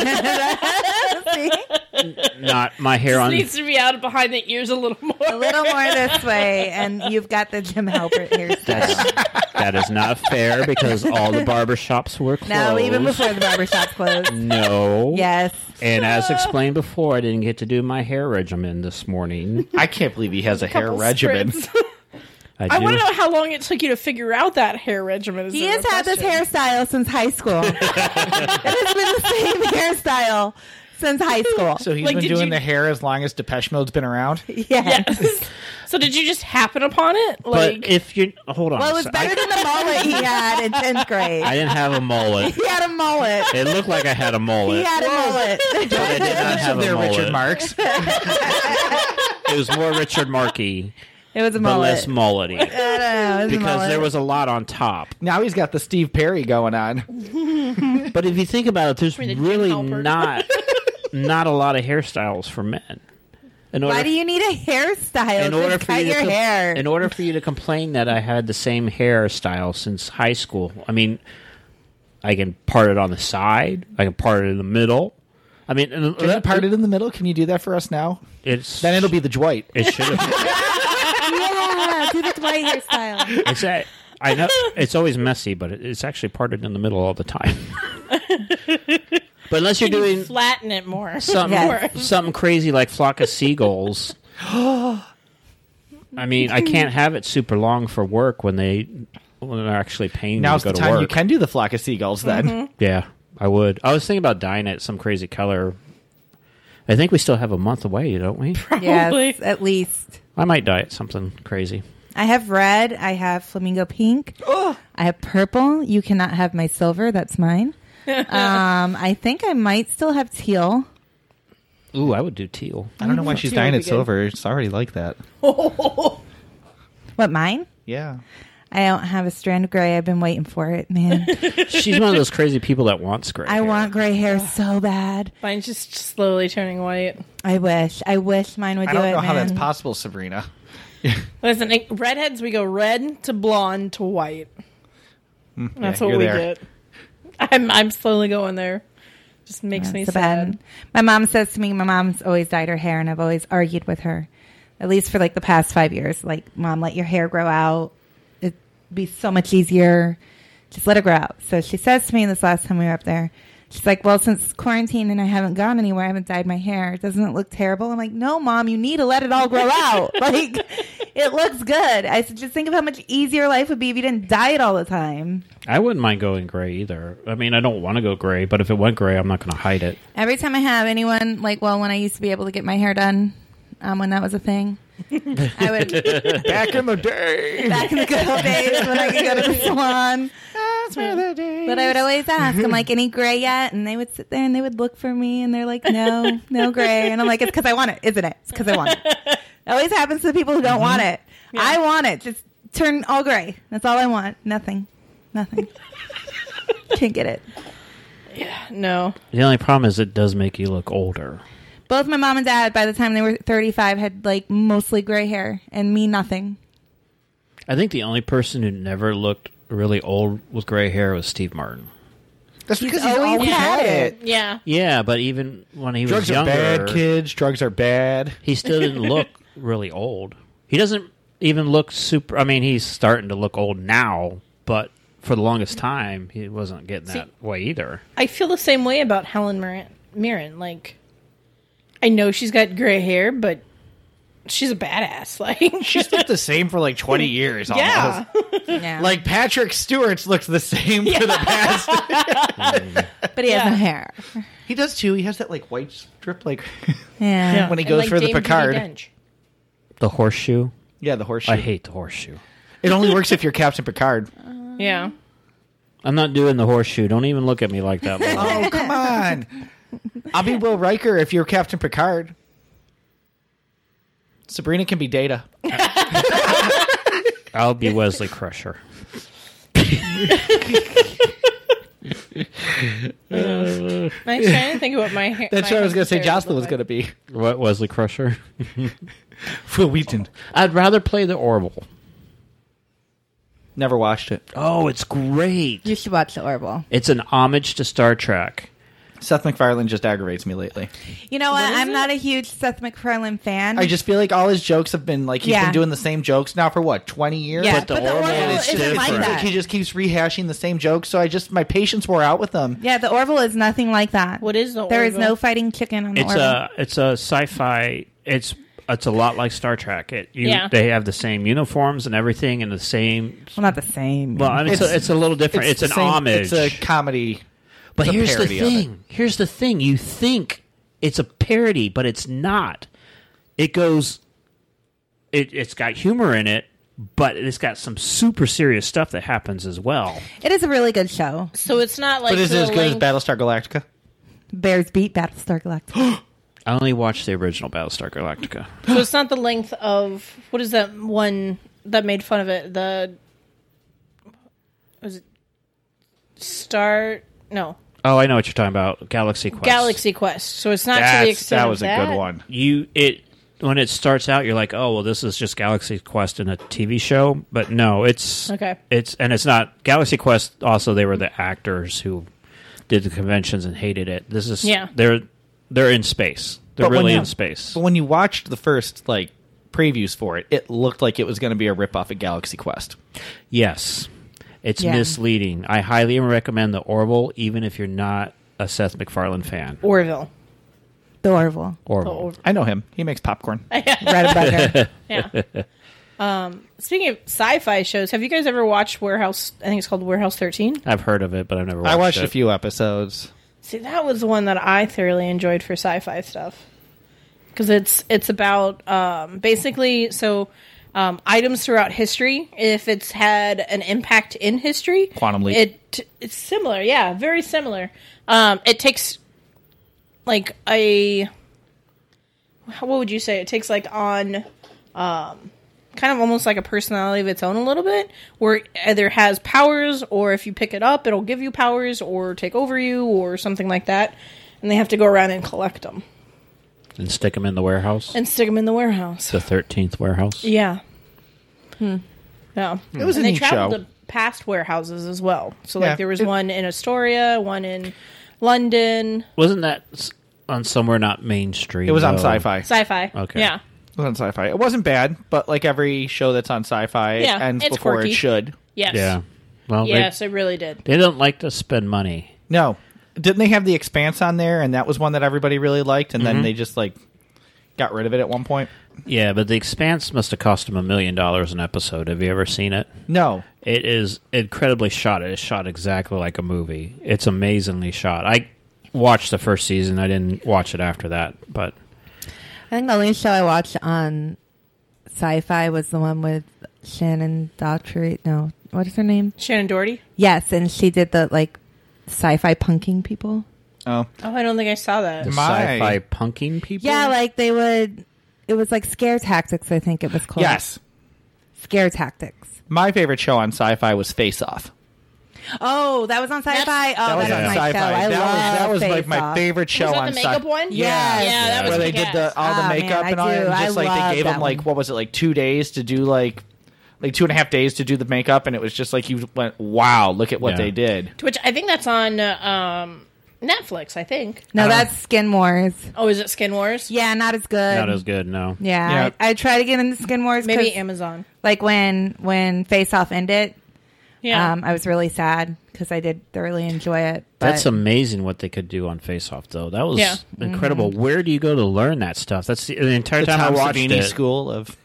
[SPEAKER 2] not my hair on.
[SPEAKER 3] needs to be out behind the ears a little more.
[SPEAKER 4] A little more this way, and you've got the Jim Halpert hairstyle.
[SPEAKER 2] *laughs* That is not fair because all the barber shops were closed.
[SPEAKER 4] No, even before the barbershop
[SPEAKER 2] *laughs*
[SPEAKER 4] closed.
[SPEAKER 2] No.
[SPEAKER 4] Yes.
[SPEAKER 2] And as explained before, I didn't get to do my hair regimen this morning.
[SPEAKER 1] I can't believe he has a hair
[SPEAKER 3] Couple
[SPEAKER 1] regimen.
[SPEAKER 3] spritz.
[SPEAKER 2] I,
[SPEAKER 3] *laughs* I
[SPEAKER 2] do-
[SPEAKER 3] want to know how long it took you to figure out that hair regimen. is
[SPEAKER 4] He
[SPEAKER 3] the
[SPEAKER 4] has had this
[SPEAKER 3] question.
[SPEAKER 4] hairstyle since high
[SPEAKER 2] *laughs*
[SPEAKER 4] school. it has been the same hairstyle since high
[SPEAKER 1] *laughs*
[SPEAKER 4] school.
[SPEAKER 1] So he's
[SPEAKER 3] Like,
[SPEAKER 1] been
[SPEAKER 3] did
[SPEAKER 1] doing
[SPEAKER 3] you-
[SPEAKER 1] the hair as long as Depeche Mode's been
[SPEAKER 3] *laughs*
[SPEAKER 1] around.
[SPEAKER 4] yeah.
[SPEAKER 3] Yes. so did you just happen upon it?
[SPEAKER 2] But
[SPEAKER 3] Like
[SPEAKER 2] if you hold on,
[SPEAKER 4] Well, it was
[SPEAKER 2] so
[SPEAKER 4] better than the mullet he had in 10th grade.
[SPEAKER 2] I, I didn't have a mullet.
[SPEAKER 4] he had a mullet.
[SPEAKER 2] It looked like I had a mullet.
[SPEAKER 4] He had
[SPEAKER 2] *laughs*
[SPEAKER 4] a mullet.
[SPEAKER 2] but I did not have a
[SPEAKER 1] There,
[SPEAKER 2] mullet.
[SPEAKER 1] Richard
[SPEAKER 3] *laughs*
[SPEAKER 1] Marks.
[SPEAKER 2] It was more Richard Markey,
[SPEAKER 4] It was a
[SPEAKER 2] but
[SPEAKER 4] mullet.
[SPEAKER 2] less mullety.
[SPEAKER 4] I don't know. It was a
[SPEAKER 2] Because there
[SPEAKER 4] mullet.
[SPEAKER 2] was a lot on top.
[SPEAKER 1] now he's got the Steve Perry going on.
[SPEAKER 2] But if you think about it, there's
[SPEAKER 3] the Jim
[SPEAKER 2] really
[SPEAKER 3] Halpert.
[SPEAKER 4] *laughs*
[SPEAKER 2] not not a lot of hairstyles for men. In order
[SPEAKER 4] Why do you need a hairstyle?
[SPEAKER 2] in order
[SPEAKER 4] Just
[SPEAKER 2] for
[SPEAKER 4] cut
[SPEAKER 2] you to
[SPEAKER 4] your
[SPEAKER 2] com-
[SPEAKER 4] hair.
[SPEAKER 2] in order for you to complain that I had the same hairstyle since high school. I mean, I can part it on the side. I can part it in the middle. I mean, and
[SPEAKER 1] Can you part it in the middle? Can you do that for us now?
[SPEAKER 2] It's
[SPEAKER 1] Then it'll be the Dwight.
[SPEAKER 2] it should
[SPEAKER 1] *laughs*
[SPEAKER 2] have.
[SPEAKER 4] yeah, do the
[SPEAKER 2] *laughs*
[SPEAKER 4] Dwight hairstyle.
[SPEAKER 2] it's a, I know it's always messy, but it, it's actually parted in the middle all
[SPEAKER 1] *laughs*
[SPEAKER 2] the time. but unless you're
[SPEAKER 3] you
[SPEAKER 2] doing
[SPEAKER 3] flatten it more.
[SPEAKER 2] *laughs* something
[SPEAKER 4] Yes.
[SPEAKER 2] something crazy like flock of
[SPEAKER 4] *gasps*
[SPEAKER 2] seagulls. I mean, I can't have it super long for work when they when they're actually paying
[SPEAKER 1] Now's
[SPEAKER 2] me
[SPEAKER 1] the
[SPEAKER 2] to go to
[SPEAKER 1] time
[SPEAKER 2] work.
[SPEAKER 1] you can do the flock of seagulls. Then
[SPEAKER 3] Mm-hmm.
[SPEAKER 2] Yeah, I would. I was thinking about dyeing it some crazy color. I think we still have a month away, don't we?
[SPEAKER 4] Yes, at least.
[SPEAKER 2] I might dye it something crazy.
[SPEAKER 4] I have red. I have flamingo pink. I have purple. You cannot have my silver. That's mine. um, I think I might still have teal.
[SPEAKER 2] Ooh, I would do
[SPEAKER 4] *laughs*
[SPEAKER 2] teal.
[SPEAKER 1] I don't know why she's
[SPEAKER 3] Teal Mm-hmm. would
[SPEAKER 1] dying
[SPEAKER 3] be
[SPEAKER 1] it
[SPEAKER 3] good.
[SPEAKER 1] silver. It's already like that.
[SPEAKER 4] What mine?
[SPEAKER 1] Yeah.
[SPEAKER 4] I don't have a strand of gray. I've been waiting for it, man.
[SPEAKER 2] She's one of those crazy people that wants gray.
[SPEAKER 4] I
[SPEAKER 2] hair.
[SPEAKER 4] want gray hair so bad.
[SPEAKER 3] Mine's just slowly turning white.
[SPEAKER 4] I wish. I wish mine would
[SPEAKER 1] I
[SPEAKER 4] do
[SPEAKER 1] don't
[SPEAKER 4] it,
[SPEAKER 1] know how
[SPEAKER 4] man.
[SPEAKER 1] that's possible, Sabrina.
[SPEAKER 3] Listen, like, redheads, we go red to blonde to white. That's
[SPEAKER 1] yeah,
[SPEAKER 3] what
[SPEAKER 1] you're
[SPEAKER 3] we
[SPEAKER 1] there.
[SPEAKER 3] get. I'm I'm slowly going there. Just makes me
[SPEAKER 4] So
[SPEAKER 3] sad.
[SPEAKER 4] bad. My mom says to me, my mom's always dyed her hair, and I've always argued with her, at least for like the past five years. Like, mom, let your hair grow out. It'd be so much easier. Just let it grow out. So she says to me this last time we were up there, she's like, Well, since quarantine and I haven't gone anywhere, I haven't dyed my hair. Doesn't it look terrible? I'm like, No, mom, you need to let it all grow
[SPEAKER 3] *laughs*
[SPEAKER 4] out. like, it looks good. I said, Just think of how much easier life would be if you didn't dye it all the time.
[SPEAKER 2] I wouldn't mind going gray either. I mean, I don't want to go gray, but if it went gray, I'm not going to hide it.
[SPEAKER 4] Every time I have anyone, like, well, when I used to be able to get my hair done, um, when that was a thing, I would
[SPEAKER 1] Back in the day.
[SPEAKER 4] back in the good old days when I could go to the salon.
[SPEAKER 1] That's where the day.
[SPEAKER 4] But I would always ask, I'm like, any gray yet? And they would sit there and they would look for me and they're like, no, no gray. And I'm like, it's because I want it, isn't it? It's because I want it. It always happens to the people who don't want it. I want it. Just turn all gray. That's all I want. Nothing. Nothing. Can't get it.
[SPEAKER 3] No.
[SPEAKER 2] The only problem is it does make you look older.
[SPEAKER 4] Both my mom and dad, by the time they were 35, had like mostly gray hair and me nothing.
[SPEAKER 2] I think the only person who never looked really old with gray hair was Steve Martin.
[SPEAKER 1] That's because
[SPEAKER 4] always had it.
[SPEAKER 3] Yeah.
[SPEAKER 2] Yeah, but even when he was
[SPEAKER 1] Drugs are
[SPEAKER 2] younger,
[SPEAKER 1] bad, kids. Drugs are *laughs* bad.
[SPEAKER 2] he still didn't look really old. He doesn't even look super. I mean, he's starting to look old now, but for the longest time, he wasn't getting that way either.
[SPEAKER 3] I feel the same way about Helen Mirren. Mirren. Like, I know she's got gray hair, but she's a badass. *laughs* Like,
[SPEAKER 1] She's looked the same for like 20 years.
[SPEAKER 3] yeah.
[SPEAKER 1] Almost.
[SPEAKER 4] Yeah.
[SPEAKER 3] *laughs*
[SPEAKER 1] Like Patrick Stewart's looked the same for the past.
[SPEAKER 4] but he has
[SPEAKER 3] Yeah.
[SPEAKER 4] no hair.
[SPEAKER 1] he does too. He has that like white strip, like
[SPEAKER 4] Yeah.
[SPEAKER 1] when he goes
[SPEAKER 3] And,
[SPEAKER 1] for the
[SPEAKER 3] Dame Judi
[SPEAKER 1] Picard.
[SPEAKER 3] Dench.
[SPEAKER 2] The horseshoe.
[SPEAKER 1] Yeah, the horseshoe.
[SPEAKER 2] I hate the horseshoe.
[SPEAKER 1] It only works if you're Captain Picard.
[SPEAKER 3] Yeah.
[SPEAKER 2] I'm not doing the horseshoe. Don't even look at me like that.
[SPEAKER 1] *laughs*
[SPEAKER 2] Mom. *laughs*
[SPEAKER 1] Oh, come on. I'll be Will Riker if you're Captain Picard. Sabrina can be Data.
[SPEAKER 2] I'll be Wesley Crusher.
[SPEAKER 3] I'm trying to think of what my hair.
[SPEAKER 1] *laughs* That's
[SPEAKER 3] my
[SPEAKER 1] what I was going to say
[SPEAKER 3] hair
[SPEAKER 1] Jocelyn
[SPEAKER 3] would
[SPEAKER 1] was
[SPEAKER 3] look
[SPEAKER 1] going to be.
[SPEAKER 2] What Wesley Crusher?
[SPEAKER 1] Will Wheaton.
[SPEAKER 2] I'd rather play the Orville.
[SPEAKER 1] Never watched it.
[SPEAKER 2] Oh, it's great.
[SPEAKER 4] You should watch The Orville.
[SPEAKER 2] It's an homage to Star Trek.
[SPEAKER 1] Seth MacFarlane just aggravates me lately.
[SPEAKER 4] You know what?
[SPEAKER 3] What is
[SPEAKER 4] I'm
[SPEAKER 3] it?
[SPEAKER 4] not a huge Seth MacFarlane fan.
[SPEAKER 1] I just feel like all his jokes have been like he's
[SPEAKER 4] Yeah.
[SPEAKER 1] been doing the same jokes now for what twenty years.
[SPEAKER 4] yeah,
[SPEAKER 2] But the
[SPEAKER 4] but the
[SPEAKER 2] Orville
[SPEAKER 4] Orville
[SPEAKER 2] is
[SPEAKER 4] isn't
[SPEAKER 2] different.
[SPEAKER 4] like
[SPEAKER 1] It's
[SPEAKER 4] that.
[SPEAKER 1] like he just keeps rehashing the same jokes. So I just my patience wore out with him.
[SPEAKER 4] Yeah, the Orville is nothing like that.
[SPEAKER 3] What is the
[SPEAKER 4] There is
[SPEAKER 3] Orville?
[SPEAKER 4] no fighting chicken on the
[SPEAKER 2] It's uh,
[SPEAKER 4] Orville.
[SPEAKER 2] a it's a sci-fi. It's it's a lot like Star Trek. It you,
[SPEAKER 3] Yeah.
[SPEAKER 2] they have the same uniforms and everything and the same.
[SPEAKER 4] well, not the same.
[SPEAKER 2] Well, I mean, it's,
[SPEAKER 1] It's-
[SPEAKER 2] a, it's a little different. It's,
[SPEAKER 1] the
[SPEAKER 2] an
[SPEAKER 1] same- It's
[SPEAKER 2] homage.
[SPEAKER 1] a comedy.
[SPEAKER 2] but
[SPEAKER 1] it's a
[SPEAKER 2] here's the
[SPEAKER 1] parody of it.
[SPEAKER 2] thing. Here's the thing. You think it's a parody, but it's not. It goes. It it's got humor in it, but it's got some super serious stuff that happens as well.
[SPEAKER 4] it is a really good show.
[SPEAKER 3] So it's not like
[SPEAKER 1] But is
[SPEAKER 3] to
[SPEAKER 1] it as
[SPEAKER 3] the
[SPEAKER 1] good as
[SPEAKER 3] length-
[SPEAKER 1] Battlestar Galactica?
[SPEAKER 4] Bears beat Battlestar Galactica. *gasps*
[SPEAKER 2] I only watched the original Battlestar Galactica.
[SPEAKER 3] So it's not the length of what is that one that made fun of it? The was it Star? No,
[SPEAKER 2] Oh, I know what you're talking about. Galaxy Quest.
[SPEAKER 3] Galaxy Quest. So it's not to the
[SPEAKER 2] That's-
[SPEAKER 3] extent
[SPEAKER 1] that
[SPEAKER 3] of
[SPEAKER 1] was a
[SPEAKER 3] that.
[SPEAKER 1] good one.
[SPEAKER 2] you it when it starts out you're like oh well this is just galaxy quest in a tv show but no it's
[SPEAKER 3] Okay.
[SPEAKER 2] it's and it's not galaxy quest also they were the actors who did the conventions and hated it this is
[SPEAKER 3] Yeah.
[SPEAKER 2] they're they're in space they're
[SPEAKER 1] But when
[SPEAKER 2] really
[SPEAKER 1] you-
[SPEAKER 2] in space
[SPEAKER 1] But when you watched the first like previews for it, it looked like it was going to be a ripoff of Galaxy Quest.
[SPEAKER 2] yes it's
[SPEAKER 4] Yeah.
[SPEAKER 2] misleading i highly recommend the orville even if you're not a seth macfarlane fan
[SPEAKER 3] Orville.
[SPEAKER 4] the Orville.
[SPEAKER 2] orville
[SPEAKER 3] Oh,
[SPEAKER 1] I know him. He makes popcorn.
[SPEAKER 4] Bread and butter.
[SPEAKER 3] yeah. Um, speaking of sci-fi shows, have you guys ever watched Warehouse? I think it's called Warehouse 13.
[SPEAKER 2] i've heard of it but i've never watched
[SPEAKER 1] I watched
[SPEAKER 2] it
[SPEAKER 1] a few episodes.
[SPEAKER 3] See, that was the one that I thoroughly enjoyed for sci-fi stuff because it's it's about um, basically so um, items throughout history. If it's had an impact in history,
[SPEAKER 1] Quantum leap.
[SPEAKER 3] It it's similar, yeah, very similar. Um, it takes like a what would you say? It takes like on kind of almost like a personality of its own a little bit, where it either has powers or if you pick it up, it'll give you powers or take over you or something like that. And they have to go around and collect them
[SPEAKER 2] and stick them in the warehouse
[SPEAKER 3] and stick them in the warehouse.
[SPEAKER 2] the 13th warehouse
[SPEAKER 3] Yeah. Hmm. Yeah. It
[SPEAKER 1] was a
[SPEAKER 3] and they
[SPEAKER 1] neat
[SPEAKER 3] traveled
[SPEAKER 1] show.
[SPEAKER 3] to past warehouses as well. So
[SPEAKER 1] Yeah.
[SPEAKER 3] like there was
[SPEAKER 1] It-
[SPEAKER 3] one in Astoria, one in London,
[SPEAKER 2] Wasn't that s- on somewhere not mainstream?
[SPEAKER 1] It was on
[SPEAKER 2] though?
[SPEAKER 1] Sci-Fi. It
[SPEAKER 3] sci-fi.
[SPEAKER 2] Okay.
[SPEAKER 3] Yeah.
[SPEAKER 1] was on Sci-Fi. It wasn't bad, but like every show that's on Sci-Fi,
[SPEAKER 3] Yeah,
[SPEAKER 1] it ends
[SPEAKER 3] it's
[SPEAKER 1] before
[SPEAKER 3] quirky.
[SPEAKER 1] it should.
[SPEAKER 3] Yes.
[SPEAKER 2] Yeah. Well,
[SPEAKER 3] Yes, it really did.
[SPEAKER 2] they, they don't like to spend money.
[SPEAKER 1] No, didn't they have the Expanse on there? And that was one that everybody really liked, and
[SPEAKER 4] Mm-hmm.
[SPEAKER 1] then they just like got rid of it at one point.
[SPEAKER 2] Yeah, but The Expanse must have cost them a million dollars an episode. Have you ever seen it?
[SPEAKER 1] No,
[SPEAKER 2] It is incredibly shot. It is shot exactly like a movie. It's amazingly shot. I watched the first season. I didn't watch it after that, but
[SPEAKER 4] I think the only show I watched on sci-fi was the one with Shannon Daughtry. No, what is her name?
[SPEAKER 3] Shannon Doherty?
[SPEAKER 4] Yes, and she did the like sci-fi punking people.
[SPEAKER 1] oh,
[SPEAKER 3] Oh, I don't think I saw that.
[SPEAKER 2] the
[SPEAKER 1] My.
[SPEAKER 2] sci-fi punking people.
[SPEAKER 4] Yeah, like they would. It was like scare tactics. I think it was called.
[SPEAKER 1] yes.
[SPEAKER 4] scare tactics.
[SPEAKER 1] My favorite show on Sci-Fi was Face Off.
[SPEAKER 4] Oh, that was on sci-fi.
[SPEAKER 3] That's-
[SPEAKER 4] oh, that
[SPEAKER 1] was
[SPEAKER 4] was
[SPEAKER 1] on
[SPEAKER 4] my
[SPEAKER 1] Sci-Fi.
[SPEAKER 4] show.
[SPEAKER 1] that
[SPEAKER 4] I
[SPEAKER 1] was that
[SPEAKER 4] love
[SPEAKER 1] was like
[SPEAKER 4] Face
[SPEAKER 1] my
[SPEAKER 4] Off.
[SPEAKER 1] favorite show
[SPEAKER 3] was that
[SPEAKER 1] on
[SPEAKER 3] the makeup
[SPEAKER 1] Sci-
[SPEAKER 3] one?
[SPEAKER 1] Yeah,
[SPEAKER 3] Yeah, that was
[SPEAKER 1] where they did
[SPEAKER 3] kick-ass.
[SPEAKER 1] the all
[SPEAKER 4] Oh,
[SPEAKER 1] the
[SPEAKER 4] man,
[SPEAKER 1] makeup
[SPEAKER 4] I
[SPEAKER 1] and all,
[SPEAKER 4] do.
[SPEAKER 1] and
[SPEAKER 4] I
[SPEAKER 1] just like
[SPEAKER 4] love
[SPEAKER 1] they gave them
[SPEAKER 4] that
[SPEAKER 1] like
[SPEAKER 4] one.
[SPEAKER 1] what was it like two days to do like like two and a half days to do the makeup, and it was just like you went, wow, look at what
[SPEAKER 2] Yeah.
[SPEAKER 1] they did.
[SPEAKER 3] To which I think that's on uh, um, Netflix. I think.
[SPEAKER 1] Uh,
[SPEAKER 4] No, that's Skin Wars.
[SPEAKER 3] Oh, is it Skin Wars?
[SPEAKER 4] Yeah, not as good.
[SPEAKER 2] Not as good, no.
[SPEAKER 4] yeah,
[SPEAKER 1] Yeah.
[SPEAKER 4] I, I try to get into Skin Wars. 'cause,
[SPEAKER 3] Maybe Amazon.
[SPEAKER 4] like when when Face Off ended,
[SPEAKER 3] Yeah.
[SPEAKER 4] um, I was really sad because I did thoroughly enjoy it. But
[SPEAKER 2] That's amazing what they could do on Face Off, though. That was
[SPEAKER 3] Yeah.
[SPEAKER 2] incredible.
[SPEAKER 4] Mm-hmm.
[SPEAKER 2] Where do you go to learn that stuff? That's the, the entire time I watched
[SPEAKER 1] Savini
[SPEAKER 2] it.
[SPEAKER 1] school of.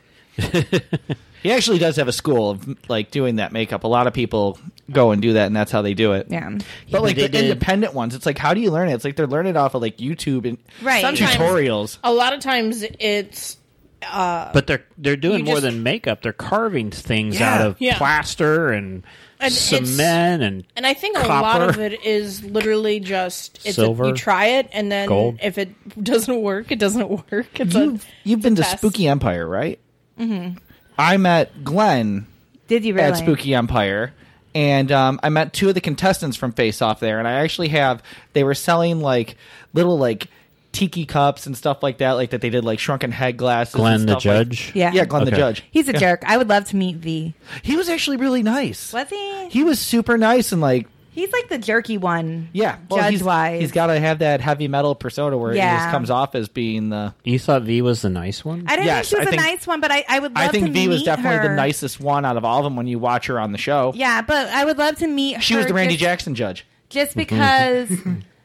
[SPEAKER 1] *laughs* he actually does have a school of like doing that makeup. A lot of people go and do that, and that's how they do it.
[SPEAKER 4] yeah,
[SPEAKER 1] But like
[SPEAKER 2] They
[SPEAKER 1] the
[SPEAKER 2] did-
[SPEAKER 1] independent ones, it's like how do you learn it? It's like they're learning off of like YouTube and
[SPEAKER 4] Right.
[SPEAKER 3] Sometimes-
[SPEAKER 1] tutorials.
[SPEAKER 3] a lot of times it's
[SPEAKER 2] But they're they're doing
[SPEAKER 3] You
[SPEAKER 2] more
[SPEAKER 3] just-
[SPEAKER 2] than makeup. They're carving things
[SPEAKER 1] Yeah.
[SPEAKER 2] out of
[SPEAKER 3] Yeah.
[SPEAKER 2] plaster and,
[SPEAKER 3] And it's-
[SPEAKER 2] cement and
[SPEAKER 3] and I think a lot
[SPEAKER 2] Copper.
[SPEAKER 3] of it is literally just it's
[SPEAKER 2] Silver.
[SPEAKER 3] A, you try it and then
[SPEAKER 2] Gold.
[SPEAKER 3] if it doesn't work, it doesn't *laughs* work. It's a,
[SPEAKER 1] You've, you've been to
[SPEAKER 3] test.
[SPEAKER 1] Spooky Empire, right? Mm-hmm. I met Glenn
[SPEAKER 4] did you really?
[SPEAKER 1] at Spooky Empire. And um, I met two of the contestants from Face Off there, and I actually have. They were selling like little like tiki cups and stuff like that, like that they did like shrunken head glasses. and
[SPEAKER 2] Glenn the
[SPEAKER 1] stuff like-
[SPEAKER 2] judge.
[SPEAKER 4] Yeah.
[SPEAKER 1] yeah, Glenn the
[SPEAKER 2] Okay.
[SPEAKER 1] judge.
[SPEAKER 4] He's a jerk. I would love to meet V.
[SPEAKER 1] He was actually really nice.
[SPEAKER 4] Was he?
[SPEAKER 1] He was super nice and like
[SPEAKER 4] He's like the jerky one.
[SPEAKER 1] Yeah,
[SPEAKER 4] judge
[SPEAKER 1] he's,
[SPEAKER 4] wise.
[SPEAKER 1] he's got to have that heavy metal persona where he
[SPEAKER 4] Yeah.
[SPEAKER 1] just comes off as being the.
[SPEAKER 2] You thought V was the nice one?
[SPEAKER 4] I don't
[SPEAKER 1] Yes,
[SPEAKER 4] think
[SPEAKER 1] I
[SPEAKER 4] she was a
[SPEAKER 1] think-
[SPEAKER 4] nice one, but I, I would love
[SPEAKER 1] I think
[SPEAKER 4] to
[SPEAKER 1] V was
[SPEAKER 4] meet
[SPEAKER 1] definitely the
[SPEAKER 4] her.
[SPEAKER 1] nicest one out of all of them when you watch her on the show.
[SPEAKER 4] Yeah, but I would love to meet
[SPEAKER 1] she was
[SPEAKER 4] her
[SPEAKER 1] the Randy Mhm.
[SPEAKER 4] just,
[SPEAKER 1] Jackson judge.
[SPEAKER 4] just because *laughs*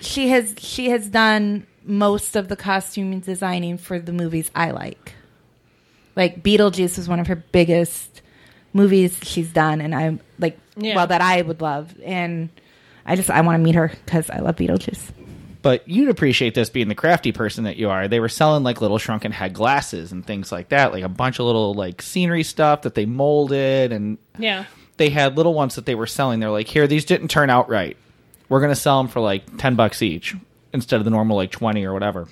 [SPEAKER 4] she has she has done most of the costume designing for the movies I like. Like Beetlejuice was one of her biggest movies she's done, and I'm like,
[SPEAKER 3] Yeah.
[SPEAKER 4] well, that I would love, and I just I want to meet her because I love Beetlejuice.
[SPEAKER 1] But you'd appreciate this being the crafty person that you are. They were selling like little shrunken head glasses and things like that, like a bunch of little like scenery stuff that they molded and
[SPEAKER 3] Yeah.
[SPEAKER 1] they had little ones that they were selling. They're like, here, these didn't turn out right. We're gonna sell them for like ten bucks each instead of the normal like twenty or whatever.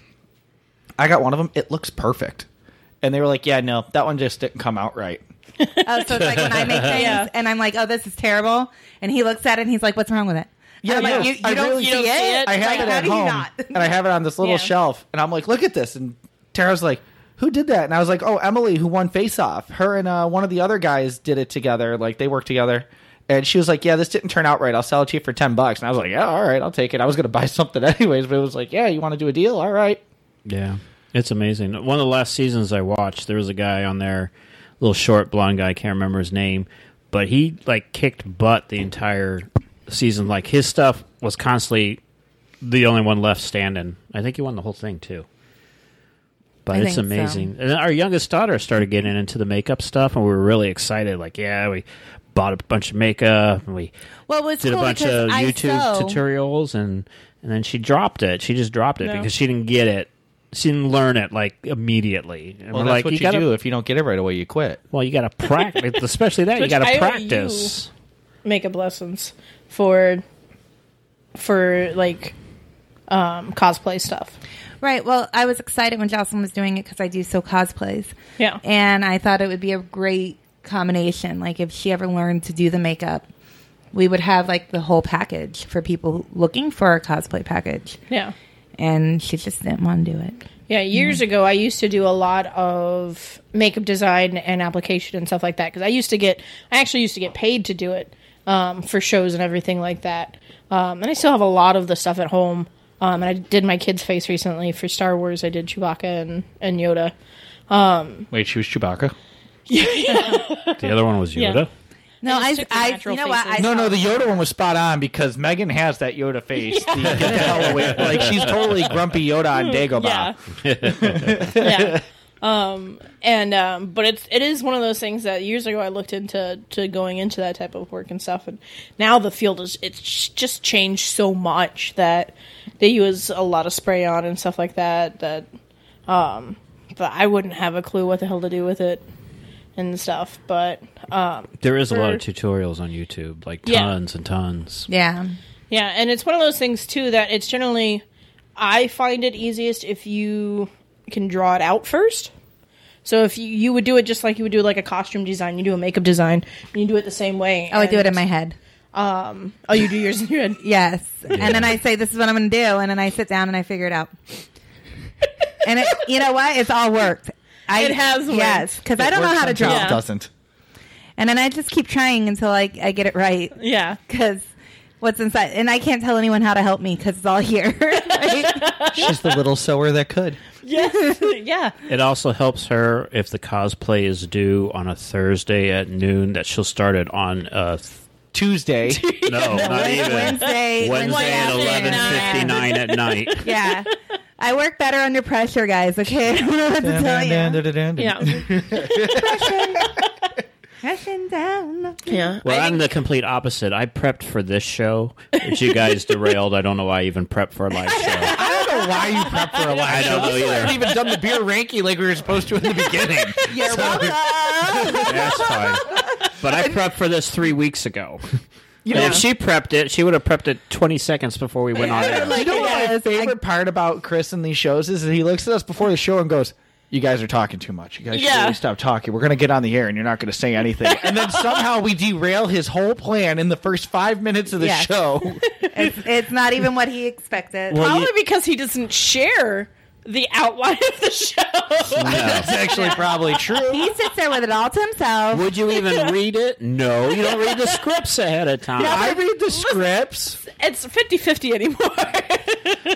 [SPEAKER 1] I got one of them. It looks perfect, and they were like, yeah, no, that one just didn't come out right.
[SPEAKER 4] Oh, so it's like when I make things
[SPEAKER 3] Yeah.
[SPEAKER 4] and I'm like, oh, this is terrible. And he looks at it and he's like, what's wrong with it?
[SPEAKER 1] Yeah,
[SPEAKER 4] I'm like,
[SPEAKER 1] yeah.
[SPEAKER 4] you, you
[SPEAKER 1] I
[SPEAKER 4] don't
[SPEAKER 1] really-
[SPEAKER 4] see
[SPEAKER 3] You don't see
[SPEAKER 4] it?
[SPEAKER 3] it?
[SPEAKER 1] I have
[SPEAKER 4] Like,
[SPEAKER 1] it
[SPEAKER 4] how
[SPEAKER 1] at
[SPEAKER 4] do you
[SPEAKER 1] home, *laughs*
[SPEAKER 4] not?
[SPEAKER 1] and I have it on this little
[SPEAKER 3] Yeah.
[SPEAKER 1] shelf, and I'm like, look at this, and Tara's like, who did that? And I was like, oh, Emily, who won Face Off. Her and uh, one of the other guys did it together, like they worked together. And she was like, yeah, this didn't turn out right. I'll sell it to you for ten bucks. And I was like, yeah, all right, I'll take it. I was gonna buy *laughs* something anyways, but it was like, yeah, you want to do a deal? All right.
[SPEAKER 2] Yeah, it's amazing. One of the last seasons I watched, there was a guy on there, little short blonde guy. I can't remember his name, but he like kicked butt the entire season. Like his stuff was constantly the only one left standing. I think he won the whole thing too. But
[SPEAKER 4] I
[SPEAKER 2] it's
[SPEAKER 4] think so.
[SPEAKER 2] amazing. And our youngest daughter started getting into the makeup stuff, and we were really excited. Like, yeah, we bought a bunch of makeup, and we
[SPEAKER 4] Well, what's
[SPEAKER 2] did
[SPEAKER 4] cool
[SPEAKER 2] a bunch
[SPEAKER 4] because
[SPEAKER 2] of
[SPEAKER 4] I
[SPEAKER 2] YouTube
[SPEAKER 4] sew-
[SPEAKER 2] tutorials and and then she dropped it. She just dropped it
[SPEAKER 3] No.
[SPEAKER 2] because she didn't get it. She didn't learn it like immediately. And
[SPEAKER 1] Well,
[SPEAKER 2] we're
[SPEAKER 1] that's
[SPEAKER 2] like,
[SPEAKER 1] what you,
[SPEAKER 2] gotta,
[SPEAKER 1] do if you don't get it right away. You quit.
[SPEAKER 2] Well, you got to practice, especially that. you
[SPEAKER 3] Which
[SPEAKER 2] got
[SPEAKER 3] I owe
[SPEAKER 2] to
[SPEAKER 3] you.
[SPEAKER 2] practice.
[SPEAKER 3] makeup lessons for for like um cosplay stuff.
[SPEAKER 4] Right. Well, I was excited when Jocelyn was doing it because I do so cosplays.
[SPEAKER 3] Yeah.
[SPEAKER 4] And I thought it would be a great combination. Like, if she ever learned to do the makeup, we would have like the whole package for people looking for a cosplay package.
[SPEAKER 3] Yeah.
[SPEAKER 4] And she just didn't want to do it.
[SPEAKER 3] Yeah, years ago I used to do a lot of makeup design and application and stuff like that because I used to get I actually used to get paid to do it um, for shows and everything like that. Um, and I still have a lot of the stuff at home. Um, and I did my kid's face recently for Star Wars. I did Chewbacca and, and Yoda.
[SPEAKER 1] Wait, she was Chewbacca.
[SPEAKER 2] The other one
[SPEAKER 4] *laughs*
[SPEAKER 2] was Yoda.
[SPEAKER 3] Yeah.
[SPEAKER 4] No,
[SPEAKER 3] just
[SPEAKER 4] I,
[SPEAKER 3] took the
[SPEAKER 4] I,
[SPEAKER 3] natural
[SPEAKER 4] you know what? I
[SPEAKER 3] faces.
[SPEAKER 1] No,
[SPEAKER 4] saw-
[SPEAKER 1] no, the Yoda one was spot on because Megan has that Yoda
[SPEAKER 4] *laughs*
[SPEAKER 1] face. The get the hell away. Like she's totally grumpy Yoda
[SPEAKER 4] Hmm.
[SPEAKER 1] on Dagobah.
[SPEAKER 3] Yeah. yeah. Um, and um, but it's it is one of those things that years ago I looked into to going into that type of work and stuff, and now the field is it's just changed so much that they use a lot of spray on and stuff like that that um that I wouldn't have a clue what the hell to do with it and stuff, but
[SPEAKER 2] There is a lot of tutorials on YouTube, like
[SPEAKER 3] Yeah.
[SPEAKER 2] tons and tons.
[SPEAKER 4] Yeah.
[SPEAKER 3] Yeah, and it's one of those things too that it's generally I find it easiest if you can draw it out first. So if you, you would do it just like you would do like a costume design, you do a makeup design, and you do it the same way.
[SPEAKER 4] Oh, I do it in
[SPEAKER 3] and-
[SPEAKER 4] my head.
[SPEAKER 3] Oh, you do yours in your head.
[SPEAKER 4] Yes. And then I say, this is what I'm going to do. And then I sit down and I figure it out. and it, you know what? It's all worked. I,
[SPEAKER 3] It has
[SPEAKER 4] Yes.
[SPEAKER 3] worked.
[SPEAKER 4] Because I don't know how to draw.
[SPEAKER 3] Yeah.
[SPEAKER 1] Doesn't.
[SPEAKER 4] And then I just keep trying until I, I get it right.
[SPEAKER 3] *laughs* Yeah.
[SPEAKER 4] Because what's inside. And I can't tell anyone how to help me because it's all here. *laughs* Right?
[SPEAKER 1] She's the little sower that could.
[SPEAKER 3] Yes. *laughs* yeah.
[SPEAKER 2] It also helps her if the cosplay is due on a Thursday at noon that she'll start it on
[SPEAKER 4] *laughs*
[SPEAKER 2] a th-
[SPEAKER 1] Tuesday.
[SPEAKER 2] no, not even Wednesday
[SPEAKER 4] Wednesday.
[SPEAKER 2] at
[SPEAKER 3] Wednesday at
[SPEAKER 2] eleven fifty nine at night.
[SPEAKER 4] Yeah. I work better under pressure, guys. Okay. *laughs* I don't know what to tell you.
[SPEAKER 3] Yeah.
[SPEAKER 4] Pressing down.
[SPEAKER 3] Yeah.
[SPEAKER 2] Well, I'm the complete opposite. I prepped for this show, which
[SPEAKER 1] *laughs*
[SPEAKER 2] you guys derailed. I don't know why I even prepped for a live show.
[SPEAKER 1] I don't know why you prep for a live
[SPEAKER 2] I don't
[SPEAKER 1] show.
[SPEAKER 2] know
[SPEAKER 1] We still
[SPEAKER 2] either.
[SPEAKER 1] haven't even done the beer ranking like we were supposed to in the beginning.
[SPEAKER 4] You're welcome.
[SPEAKER 2] That's fine.
[SPEAKER 1] *laughs*
[SPEAKER 2] But I prepped for this three weeks ago.
[SPEAKER 1] You
[SPEAKER 2] And
[SPEAKER 1] know,
[SPEAKER 2] if she prepped it, she would have prepped it 20 seconds before we went on air.
[SPEAKER 1] you know what my
[SPEAKER 4] Yes, I-
[SPEAKER 1] favorite part about Chris and these shows is that he looks at us before the show and goes, "You guys are talking too much. You guys should
[SPEAKER 3] Yeah.
[SPEAKER 1] really stop talking. We're gonna get on the air and you're not gonna say anything." And then somehow we derail his whole plan in the first five minutes of the
[SPEAKER 4] Yes.
[SPEAKER 1] show.
[SPEAKER 4] it's, it's not even what he expected.
[SPEAKER 2] Well,
[SPEAKER 3] Probably
[SPEAKER 2] you-
[SPEAKER 3] because he doesn't share the outline of the show. *laughs*
[SPEAKER 1] That's actually probably true.
[SPEAKER 4] He sits there with it all to himself.
[SPEAKER 2] Would
[SPEAKER 1] *laughs*
[SPEAKER 2] you even read it? No, you don't read the scripts ahead of time.
[SPEAKER 1] I read the scripts.
[SPEAKER 3] it's 50-50 *laughs* anymore.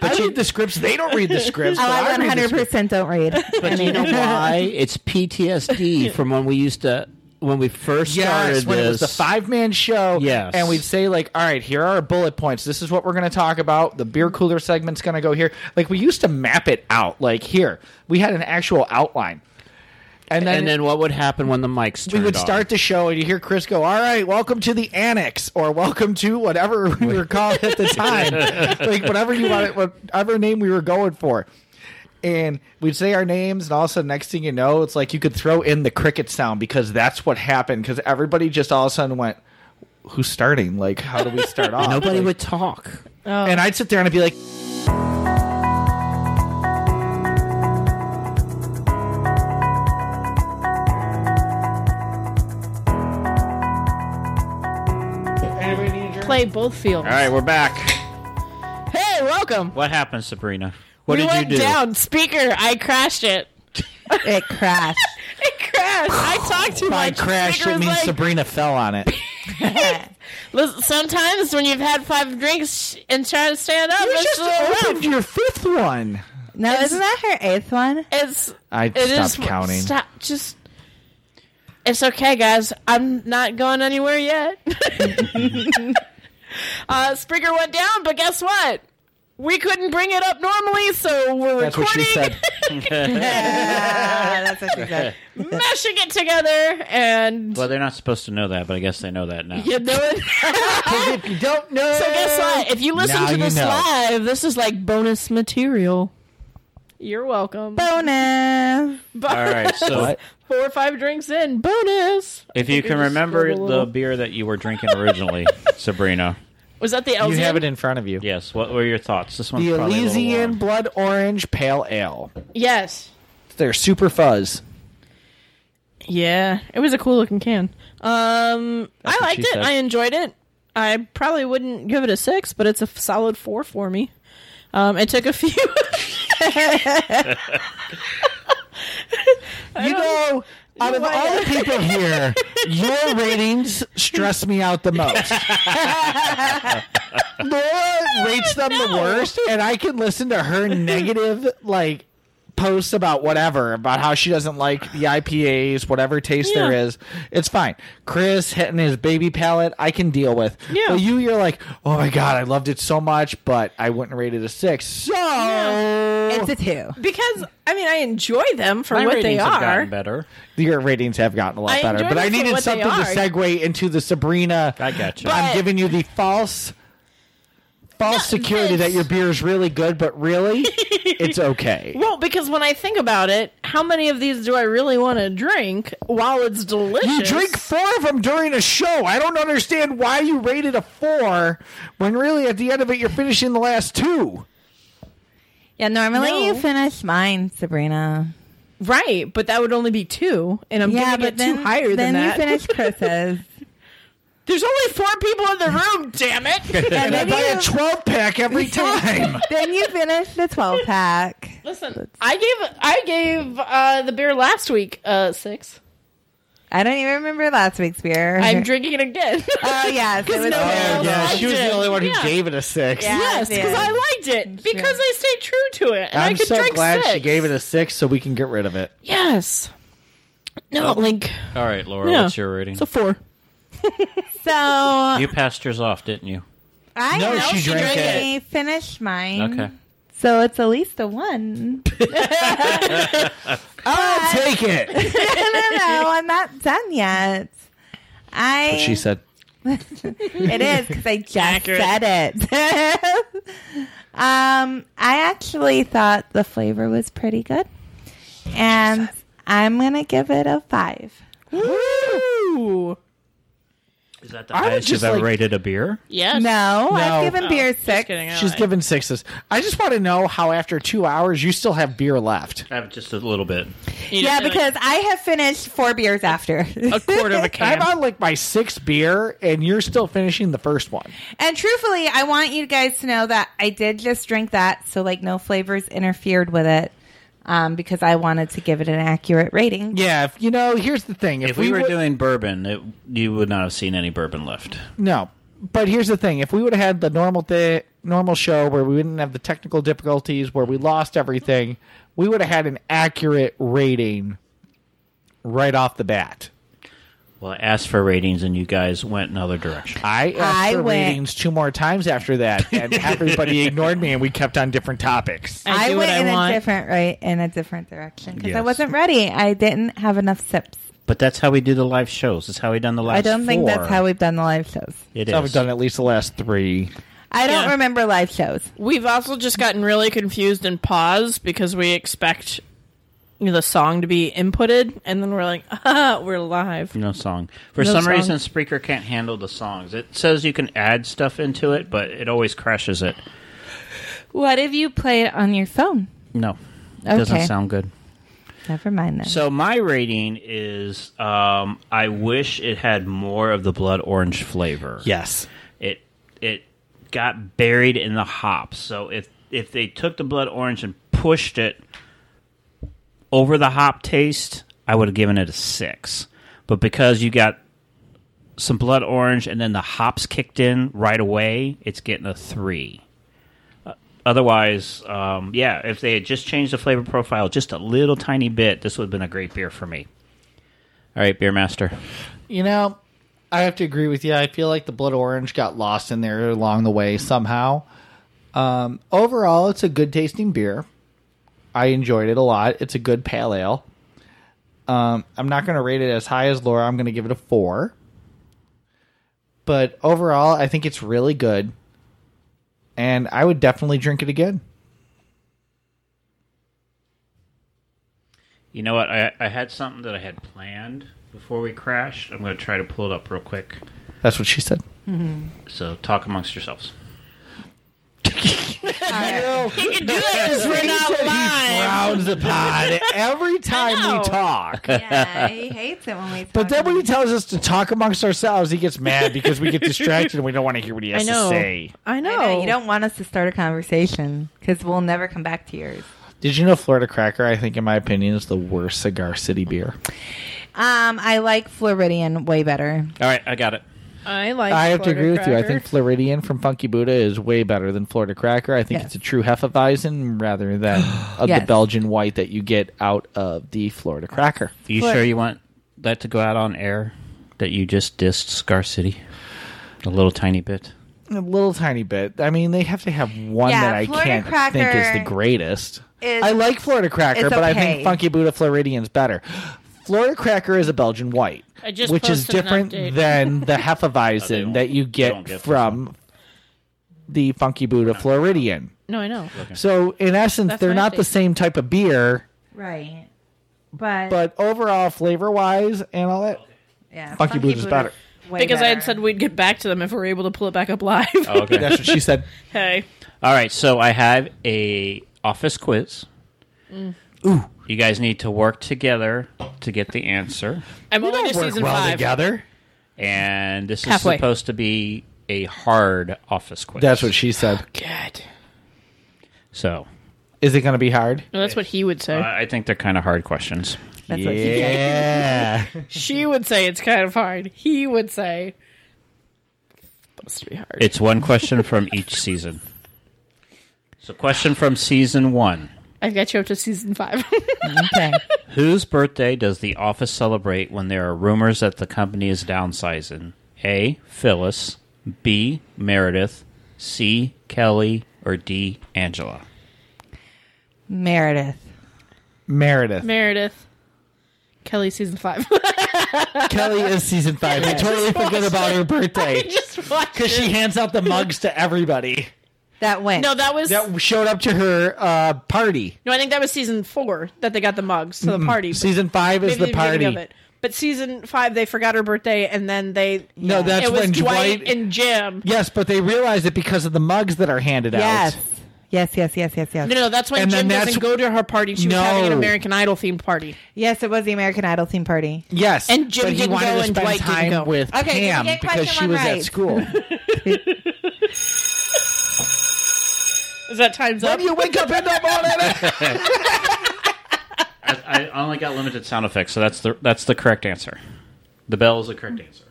[SPEAKER 1] I read the scripts. They don't read the
[SPEAKER 4] *laughs*
[SPEAKER 1] scripts.
[SPEAKER 4] Oh,
[SPEAKER 1] but
[SPEAKER 4] I
[SPEAKER 1] I read the
[SPEAKER 4] 100 percent don't read. *laughs*
[SPEAKER 2] But you
[SPEAKER 1] *laughs*
[SPEAKER 2] know why? It's PTSD from when we used to when we first started
[SPEAKER 1] Yes, when
[SPEAKER 2] this.
[SPEAKER 1] it was the five man show.
[SPEAKER 2] Yes.
[SPEAKER 1] And we'd say, like, all right, here are our bullet points. This is what we're going to talk about. The beer cooler segment's going to go here. Like, we used to map it out. Like, here, we had an actual outline. And then,
[SPEAKER 2] and then what would happen when the mics
[SPEAKER 1] we
[SPEAKER 2] turned
[SPEAKER 1] would
[SPEAKER 2] on?
[SPEAKER 1] start the show, and you hear Chris go, all right, welcome to the annex, or welcome to whatever we were called at the time. like, whatever you wanted, whatever name we were going for. And we'd say our names, and all of a sudden, next thing you know, it's like you could throw in the cricket sound because that's what happened. Because everybody just all of a sudden went, "Who's starting? Like, how do we start off?"
[SPEAKER 2] Nobody
[SPEAKER 1] Like- oh.
[SPEAKER 2] would talk.
[SPEAKER 1] And I'd sit there and I'd be like,
[SPEAKER 3] Play both fields.
[SPEAKER 2] All right, we're back.
[SPEAKER 3] Hey, welcome.
[SPEAKER 5] What
[SPEAKER 1] *laughs*
[SPEAKER 5] happened, Sabrina?
[SPEAKER 2] What
[SPEAKER 3] we
[SPEAKER 2] did
[SPEAKER 3] went
[SPEAKER 2] you do?
[SPEAKER 3] down. Speaker, I crashed it.
[SPEAKER 4] It crashed.
[SPEAKER 3] It
[SPEAKER 1] *sighs*
[SPEAKER 3] crashed. I talked too
[SPEAKER 1] "By
[SPEAKER 3] much.
[SPEAKER 1] crash,
[SPEAKER 3] Speaker
[SPEAKER 1] it
[SPEAKER 3] was
[SPEAKER 1] means
[SPEAKER 3] like,
[SPEAKER 1] Sabrina fell on it."
[SPEAKER 3] Listen, sometimes when you've had five drinks and try to stand up,
[SPEAKER 1] *laughs* You
[SPEAKER 3] it's a
[SPEAKER 1] just
[SPEAKER 3] little
[SPEAKER 1] opened
[SPEAKER 3] rough.
[SPEAKER 1] your fifth one.
[SPEAKER 4] No, isn't that her eighth *laughs* one?
[SPEAKER 3] It's
[SPEAKER 1] I
[SPEAKER 3] it is-
[SPEAKER 1] stopped counting.
[SPEAKER 3] Stop. Just it's okay, guys. I'm not going anywhere yet. *laughs* uh, Springer went down, but guess what? We couldn't bring it up normally, so we're
[SPEAKER 1] That's what
[SPEAKER 3] recording,
[SPEAKER 1] she said.
[SPEAKER 4] Ah, that's what she said.
[SPEAKER 3] *laughs* mashing it together, and
[SPEAKER 5] Well, they're not supposed to know that, but I guess they know that now.
[SPEAKER 3] you know it. *laughs*
[SPEAKER 1] if you don't know,
[SPEAKER 3] so guess what? If you listen
[SPEAKER 1] Eh, Now
[SPEAKER 3] to
[SPEAKER 1] you
[SPEAKER 3] this
[SPEAKER 1] know.
[SPEAKER 3] live, this is like bonus material. You're welcome.
[SPEAKER 4] *laughs* Bonus.
[SPEAKER 5] All right, so
[SPEAKER 1] What?
[SPEAKER 3] *laughs* Four or five drinks in, bonus.
[SPEAKER 5] if you can
[SPEAKER 3] just
[SPEAKER 5] remember
[SPEAKER 3] scribble a little.
[SPEAKER 5] the beer that you were drinking originally, Sabrina.
[SPEAKER 3] Was that the LZ?
[SPEAKER 1] you have it in front of you.
[SPEAKER 5] Yes, what were your thoughts? This one's
[SPEAKER 1] The
[SPEAKER 5] probably a little
[SPEAKER 1] Elysian
[SPEAKER 5] warm.
[SPEAKER 1] Blood Orange Pale Ale.
[SPEAKER 3] Yes.
[SPEAKER 1] They're super fuzz.
[SPEAKER 3] Yeah, it was a cool looking can. Um, I
[SPEAKER 1] what
[SPEAKER 3] liked
[SPEAKER 1] she
[SPEAKER 3] it.
[SPEAKER 1] said.
[SPEAKER 3] I enjoyed it. I probably wouldn't give it a six, but it's a f- solid four for me. Um, it took
[SPEAKER 1] *laughs*
[SPEAKER 3] a few. *laughs*
[SPEAKER 1] You know, out of
[SPEAKER 3] know
[SPEAKER 1] all the people here,
[SPEAKER 3] *laughs*
[SPEAKER 1] your ratings stress me out the most. Laura rates them the worst, and I can listen to her negative like posts about whatever about how she doesn't like the IPAs, whatever taste
[SPEAKER 3] Yeah.
[SPEAKER 1] there is. It's fine. Chris hitting his baby palate, I can deal with.
[SPEAKER 3] Yeah.
[SPEAKER 1] But you, you're like, oh my god, I loved it so much, but I wouldn't rate it a six. So
[SPEAKER 4] Oh. It's a two.
[SPEAKER 3] because I mean, I enjoy them for
[SPEAKER 5] My
[SPEAKER 3] what they
[SPEAKER 5] ratings have
[SPEAKER 3] are.
[SPEAKER 5] gotten better.
[SPEAKER 1] your ratings have gotten a lot
[SPEAKER 3] I
[SPEAKER 1] better.
[SPEAKER 3] enjoy
[SPEAKER 1] But I
[SPEAKER 3] them for
[SPEAKER 1] needed
[SPEAKER 3] what they
[SPEAKER 1] something to
[SPEAKER 3] are.
[SPEAKER 1] segue into the Sabrina.
[SPEAKER 5] I gotcha.
[SPEAKER 3] But-
[SPEAKER 1] I'm giving you the false, false security
[SPEAKER 3] this-
[SPEAKER 1] that your beer is really good, but really,
[SPEAKER 3] *laughs*
[SPEAKER 1] it's okay.
[SPEAKER 3] Well, because when I think about it, how many of these do I really want to drink while it's delicious?
[SPEAKER 1] You drink four of them during a show. I don't understand why you rated a four when really at the end of it you're finishing the last two.
[SPEAKER 4] Yeah, normally
[SPEAKER 3] No.
[SPEAKER 4] you finish mine, Sabrina.
[SPEAKER 3] right, but that would only be two, and I'm
[SPEAKER 4] yeah,
[SPEAKER 3] giving
[SPEAKER 4] but
[SPEAKER 3] it
[SPEAKER 4] then
[SPEAKER 3] two higher than
[SPEAKER 4] then
[SPEAKER 3] that.
[SPEAKER 4] you finish Chris's.
[SPEAKER 3] There's only four people in the room. damn it!
[SPEAKER 4] Yeah,
[SPEAKER 1] And I
[SPEAKER 4] maybe
[SPEAKER 1] buy a
[SPEAKER 4] you-
[SPEAKER 1] 12 pack
[SPEAKER 3] *laughs*
[SPEAKER 1] every time.
[SPEAKER 4] *laughs* then you finish the twelve pack.
[SPEAKER 3] Listen, I gave I gave uh, the beer last week uh, six.
[SPEAKER 4] I don't even remember last week's beer.
[SPEAKER 3] I'm drinking it again. *laughs*
[SPEAKER 4] Oh *laughs* yes, it was
[SPEAKER 3] no one
[SPEAKER 4] there.
[SPEAKER 3] else- yeah, she was the only one who Yeah. gave
[SPEAKER 1] it a six.
[SPEAKER 4] Yeah.
[SPEAKER 3] yes,
[SPEAKER 4] I did.
[SPEAKER 3] because I liked it because I stayed true to it, and i
[SPEAKER 1] I'm
[SPEAKER 3] could
[SPEAKER 1] so
[SPEAKER 3] drink
[SPEAKER 1] glad
[SPEAKER 3] six.
[SPEAKER 1] she gave it a six so we can get rid of it.
[SPEAKER 3] yes. No, like
[SPEAKER 5] All right, Laura,
[SPEAKER 3] Yeah.
[SPEAKER 5] what's your rating?
[SPEAKER 3] it's a four.
[SPEAKER 4] So
[SPEAKER 5] you passed yours off, didn't you?
[SPEAKER 4] I
[SPEAKER 1] No,
[SPEAKER 4] know
[SPEAKER 1] she drank
[SPEAKER 4] I finished mine.
[SPEAKER 5] Okay.
[SPEAKER 4] So it's at least a one.
[SPEAKER 1] I'll take
[SPEAKER 3] *laughs*
[SPEAKER 1] it.
[SPEAKER 4] no, no, no, I'm not done yet. I.
[SPEAKER 1] But she said,
[SPEAKER 4] *laughs* it is because I just
[SPEAKER 3] Accurate.
[SPEAKER 4] said it. *laughs* um, I actually thought the flavor was pretty good, and I'm gonna give it a five.
[SPEAKER 3] Ooh,
[SPEAKER 5] Is that the
[SPEAKER 1] I would
[SPEAKER 5] highest you've
[SPEAKER 1] just
[SPEAKER 5] ever
[SPEAKER 1] like-
[SPEAKER 5] rated a beer?
[SPEAKER 3] yes.
[SPEAKER 4] No,
[SPEAKER 1] No.
[SPEAKER 4] I've given
[SPEAKER 3] Oh,
[SPEAKER 4] beer
[SPEAKER 3] just
[SPEAKER 4] six.
[SPEAKER 3] kidding, I
[SPEAKER 1] She's
[SPEAKER 3] lied.
[SPEAKER 1] giving sixes. I just want to know how after two hours you still have beer
[SPEAKER 2] *laughs*
[SPEAKER 1] left.
[SPEAKER 5] I have just a little bit.
[SPEAKER 3] You
[SPEAKER 4] Yeah,
[SPEAKER 3] did
[SPEAKER 4] because I have finished four beers after.
[SPEAKER 3] a quarter of a can.
[SPEAKER 1] I'm on like my sixth beer, and you're still finishing the first one.
[SPEAKER 4] *laughs* And truthfully, I want you guys to know that I did just drink that, so like no flavors interfered with it. um, because I wanted to give it an accurate rating.
[SPEAKER 1] Yeah, if, you know, here's the thing. If,
[SPEAKER 2] If we, were
[SPEAKER 1] would-
[SPEAKER 2] doing bourbon, it, you would not have seen any bourbon left.
[SPEAKER 1] No, but here's the thing: if we would have had the normal day, normal show where we didn't have the technical difficulties, where we lost everything, we would have had an accurate rating right off the bat.
[SPEAKER 2] Well, I asked for ratings, and you guys went another direction.
[SPEAKER 1] I asked
[SPEAKER 4] I
[SPEAKER 1] for
[SPEAKER 4] went-
[SPEAKER 1] ratings two more times after that, and everybody ignored me, and we kept on different topics.
[SPEAKER 4] I,
[SPEAKER 3] I do what
[SPEAKER 4] went
[SPEAKER 3] I
[SPEAKER 4] in
[SPEAKER 3] want.
[SPEAKER 4] a different right in a different direction because I
[SPEAKER 2] Yes.
[SPEAKER 4] wasn't ready. I didn't have enough sips.
[SPEAKER 2] But that's how we do the live shows. That's how we done the last.
[SPEAKER 4] I don't think that's
[SPEAKER 2] four.
[SPEAKER 4] how we've done the live shows.
[SPEAKER 2] It
[SPEAKER 1] So
[SPEAKER 2] is.
[SPEAKER 1] I've done at least the last three.
[SPEAKER 4] I don't
[SPEAKER 3] Yeah.
[SPEAKER 4] remember live shows.
[SPEAKER 3] We've also just gotten really confused and paused because we expect you know, the song to be inputted, and then we're like, *laughs* ah, we're live.
[SPEAKER 2] No song. For
[SPEAKER 3] No
[SPEAKER 2] some
[SPEAKER 3] song.
[SPEAKER 2] reason, Spreaker can't handle the songs. It says you can add stuff into it, but it always crashes it.
[SPEAKER 4] What if you play it on your phone?
[SPEAKER 2] No, it
[SPEAKER 4] Okay.
[SPEAKER 2] doesn't sound good.
[SPEAKER 4] Never mind then.
[SPEAKER 2] So my rating is: um, I wish it had more of the blood orange flavor.
[SPEAKER 1] Yes.
[SPEAKER 2] it it got buried in the hops. So if if they took the blood orange and pushed it over the hop taste, I would have given it a six. But because you got some blood orange and then the hops kicked in right away, it's getting a three. Uh, Otherwise, um, yeah, if they had just changed the flavor profile just a little tiny bit, this would have been a great beer for me. All right, beer master.
[SPEAKER 1] You know, I have to agree with you. I feel like the blood orange got lost in there along the way somehow. Um, overall, it's a good tasting beer. I enjoyed it a lot. It's a good pale ale. Um, I'm not going to rate it as high as Laura. I'm going to give it a four. But overall, I think it's really good. And I would definitely drink it again.
[SPEAKER 2] You know what? I, I had something that I had planned before we crashed. I'm going to try to pull it up real quick.
[SPEAKER 1] That's what she said.
[SPEAKER 2] So talk amongst yourselves.
[SPEAKER 3] You can do that because we're not live.
[SPEAKER 1] Rounds the pod every time we talk.
[SPEAKER 4] yeah,
[SPEAKER 1] *laughs*
[SPEAKER 4] he hates it when we. Talk
[SPEAKER 1] But then when he tells us to talk amongst ourselves, he gets mad because
[SPEAKER 3] *laughs*
[SPEAKER 1] we get distracted and we don't want to hear what he has
[SPEAKER 3] I know.
[SPEAKER 1] to say.
[SPEAKER 3] I know.
[SPEAKER 4] I know, you don't want us to start a conversation because we'll never come back to yours.
[SPEAKER 1] Did you know Florida Cracker, I think, in my opinion, is the worst Cigar City beer?
[SPEAKER 4] Um, I like Floridian way better.
[SPEAKER 2] All right, I got it.
[SPEAKER 3] I like.
[SPEAKER 1] I have to
[SPEAKER 3] Florida
[SPEAKER 1] agree with you. I
[SPEAKER 3] Cracker.
[SPEAKER 1] think Floridian from Funky Buddha is way better than Florida Cracker. I think
[SPEAKER 4] Yes.
[SPEAKER 1] it's a true Hefeweizen rather than of the
[SPEAKER 4] Yes.
[SPEAKER 1] Belgian white that you get out of the Florida Cracker.
[SPEAKER 2] Are you
[SPEAKER 4] What?
[SPEAKER 2] sure you want that to go out on air? That you just dissed Scar City a little tiny bit?
[SPEAKER 1] A little tiny bit. I mean, they have to have one
[SPEAKER 4] Yeah,
[SPEAKER 1] that I
[SPEAKER 4] Florida
[SPEAKER 1] can't think is
[SPEAKER 4] Cracker
[SPEAKER 1] the greatest.
[SPEAKER 4] is-
[SPEAKER 1] I like Florida Cracker,
[SPEAKER 4] it's
[SPEAKER 1] but I think
[SPEAKER 4] okay.
[SPEAKER 1] Funky Buddha Floridian's better. Florida Cracker is a Belgian white,
[SPEAKER 3] I just
[SPEAKER 1] which is
[SPEAKER 3] posted an
[SPEAKER 1] different
[SPEAKER 3] update.
[SPEAKER 1] than
[SPEAKER 3] *laughs*
[SPEAKER 1] the
[SPEAKER 2] They
[SPEAKER 1] Hefeweizen
[SPEAKER 2] don't-
[SPEAKER 1] that you
[SPEAKER 2] they
[SPEAKER 1] get,
[SPEAKER 2] don't get this
[SPEAKER 1] from the Funky Buddha Floridian.
[SPEAKER 3] No, I know.
[SPEAKER 1] So, in essence,
[SPEAKER 3] That's
[SPEAKER 1] they're
[SPEAKER 3] my
[SPEAKER 1] not the
[SPEAKER 3] update.
[SPEAKER 1] same type of beer,
[SPEAKER 4] Right, but,
[SPEAKER 1] but overall, flavor wise, and all that.
[SPEAKER 4] yeah,
[SPEAKER 1] Funky Blues is better.
[SPEAKER 4] way
[SPEAKER 3] Because I had
[SPEAKER 4] better.
[SPEAKER 3] said we'd get back to them if we were able to pull it back up live.
[SPEAKER 2] Oh,
[SPEAKER 3] *laughs*
[SPEAKER 2] Okay.
[SPEAKER 1] *laughs* That's what she said.
[SPEAKER 3] hey,
[SPEAKER 2] *laughs* All right, so I have a office quiz. Ooh. You guys need to work together to get the answer.
[SPEAKER 3] I'm
[SPEAKER 1] We
[SPEAKER 3] only
[SPEAKER 1] don't
[SPEAKER 3] to
[SPEAKER 1] work
[SPEAKER 3] season
[SPEAKER 1] well
[SPEAKER 3] five.
[SPEAKER 1] together.
[SPEAKER 2] And this is
[SPEAKER 3] Halfway.
[SPEAKER 2] supposed to be a hard office quiz.
[SPEAKER 1] That's what she said.
[SPEAKER 3] God,
[SPEAKER 2] So
[SPEAKER 1] Is it going to be hard?
[SPEAKER 3] no, that's what he would say.
[SPEAKER 2] I I think they're kind of hard questions.
[SPEAKER 4] That's what he said.
[SPEAKER 1] yeah.
[SPEAKER 3] she would say it's kind of hard. He would say supposed to be hard.
[SPEAKER 2] It's one question from each season. So, question from season one
[SPEAKER 3] I've got you up to season five. *laughs*
[SPEAKER 4] Okay.
[SPEAKER 2] Whose birthday does The Office celebrate when there are rumors that the company is downsizing? A. Phyllis, B. Meredith, C. Kelly, or D. Angela?
[SPEAKER 4] Meredith.
[SPEAKER 1] Meredith.
[SPEAKER 3] Meredith, Kelly, season five. *laughs*
[SPEAKER 1] Kelly is season five. I totally forget about her birthday
[SPEAKER 3] *laughs* just watch
[SPEAKER 1] because she hands out the mugs to everybody
[SPEAKER 4] That went.
[SPEAKER 3] No, that was
[SPEAKER 1] that showed up to her uh, party.
[SPEAKER 3] no. I think that was season four that they got the mugs to the party. but
[SPEAKER 1] Mm-hmm. Season five is
[SPEAKER 3] maybe
[SPEAKER 1] the party.
[SPEAKER 3] beginning of it. But season five, they forgot her birthday, and then they
[SPEAKER 1] No, that's
[SPEAKER 3] it was
[SPEAKER 1] when
[SPEAKER 3] Dwight,
[SPEAKER 1] Dwight.
[SPEAKER 3] and Jim.
[SPEAKER 1] yes, but they realized it because of the mugs that are handed
[SPEAKER 4] yes.
[SPEAKER 1] out.
[SPEAKER 4] Yes, yes, yes, yes, yes.
[SPEAKER 3] No, no, that's when
[SPEAKER 1] And then
[SPEAKER 3] Jim doesn't
[SPEAKER 1] that's-
[SPEAKER 3] go to her party. She was having an
[SPEAKER 1] No.
[SPEAKER 3] American Idol themed party.
[SPEAKER 4] Yes, it was the American Idol theme party.
[SPEAKER 1] Yes,
[SPEAKER 3] And Jim
[SPEAKER 1] but he
[SPEAKER 3] didn't
[SPEAKER 1] wanted
[SPEAKER 3] go
[SPEAKER 1] to
[SPEAKER 3] and
[SPEAKER 1] spend
[SPEAKER 3] Dwight didn't
[SPEAKER 1] time
[SPEAKER 3] go.
[SPEAKER 1] with
[SPEAKER 4] Okay, did we
[SPEAKER 1] Pam
[SPEAKER 4] get
[SPEAKER 1] because
[SPEAKER 4] question
[SPEAKER 1] she
[SPEAKER 4] one
[SPEAKER 1] was at
[SPEAKER 4] right?
[SPEAKER 1] school.
[SPEAKER 3] Is that times
[SPEAKER 1] Why
[SPEAKER 3] up?
[SPEAKER 1] do you wake up in the morning?
[SPEAKER 2] I only got limited sound effects, so that's the that's the correct answer. The bell is the correct answer.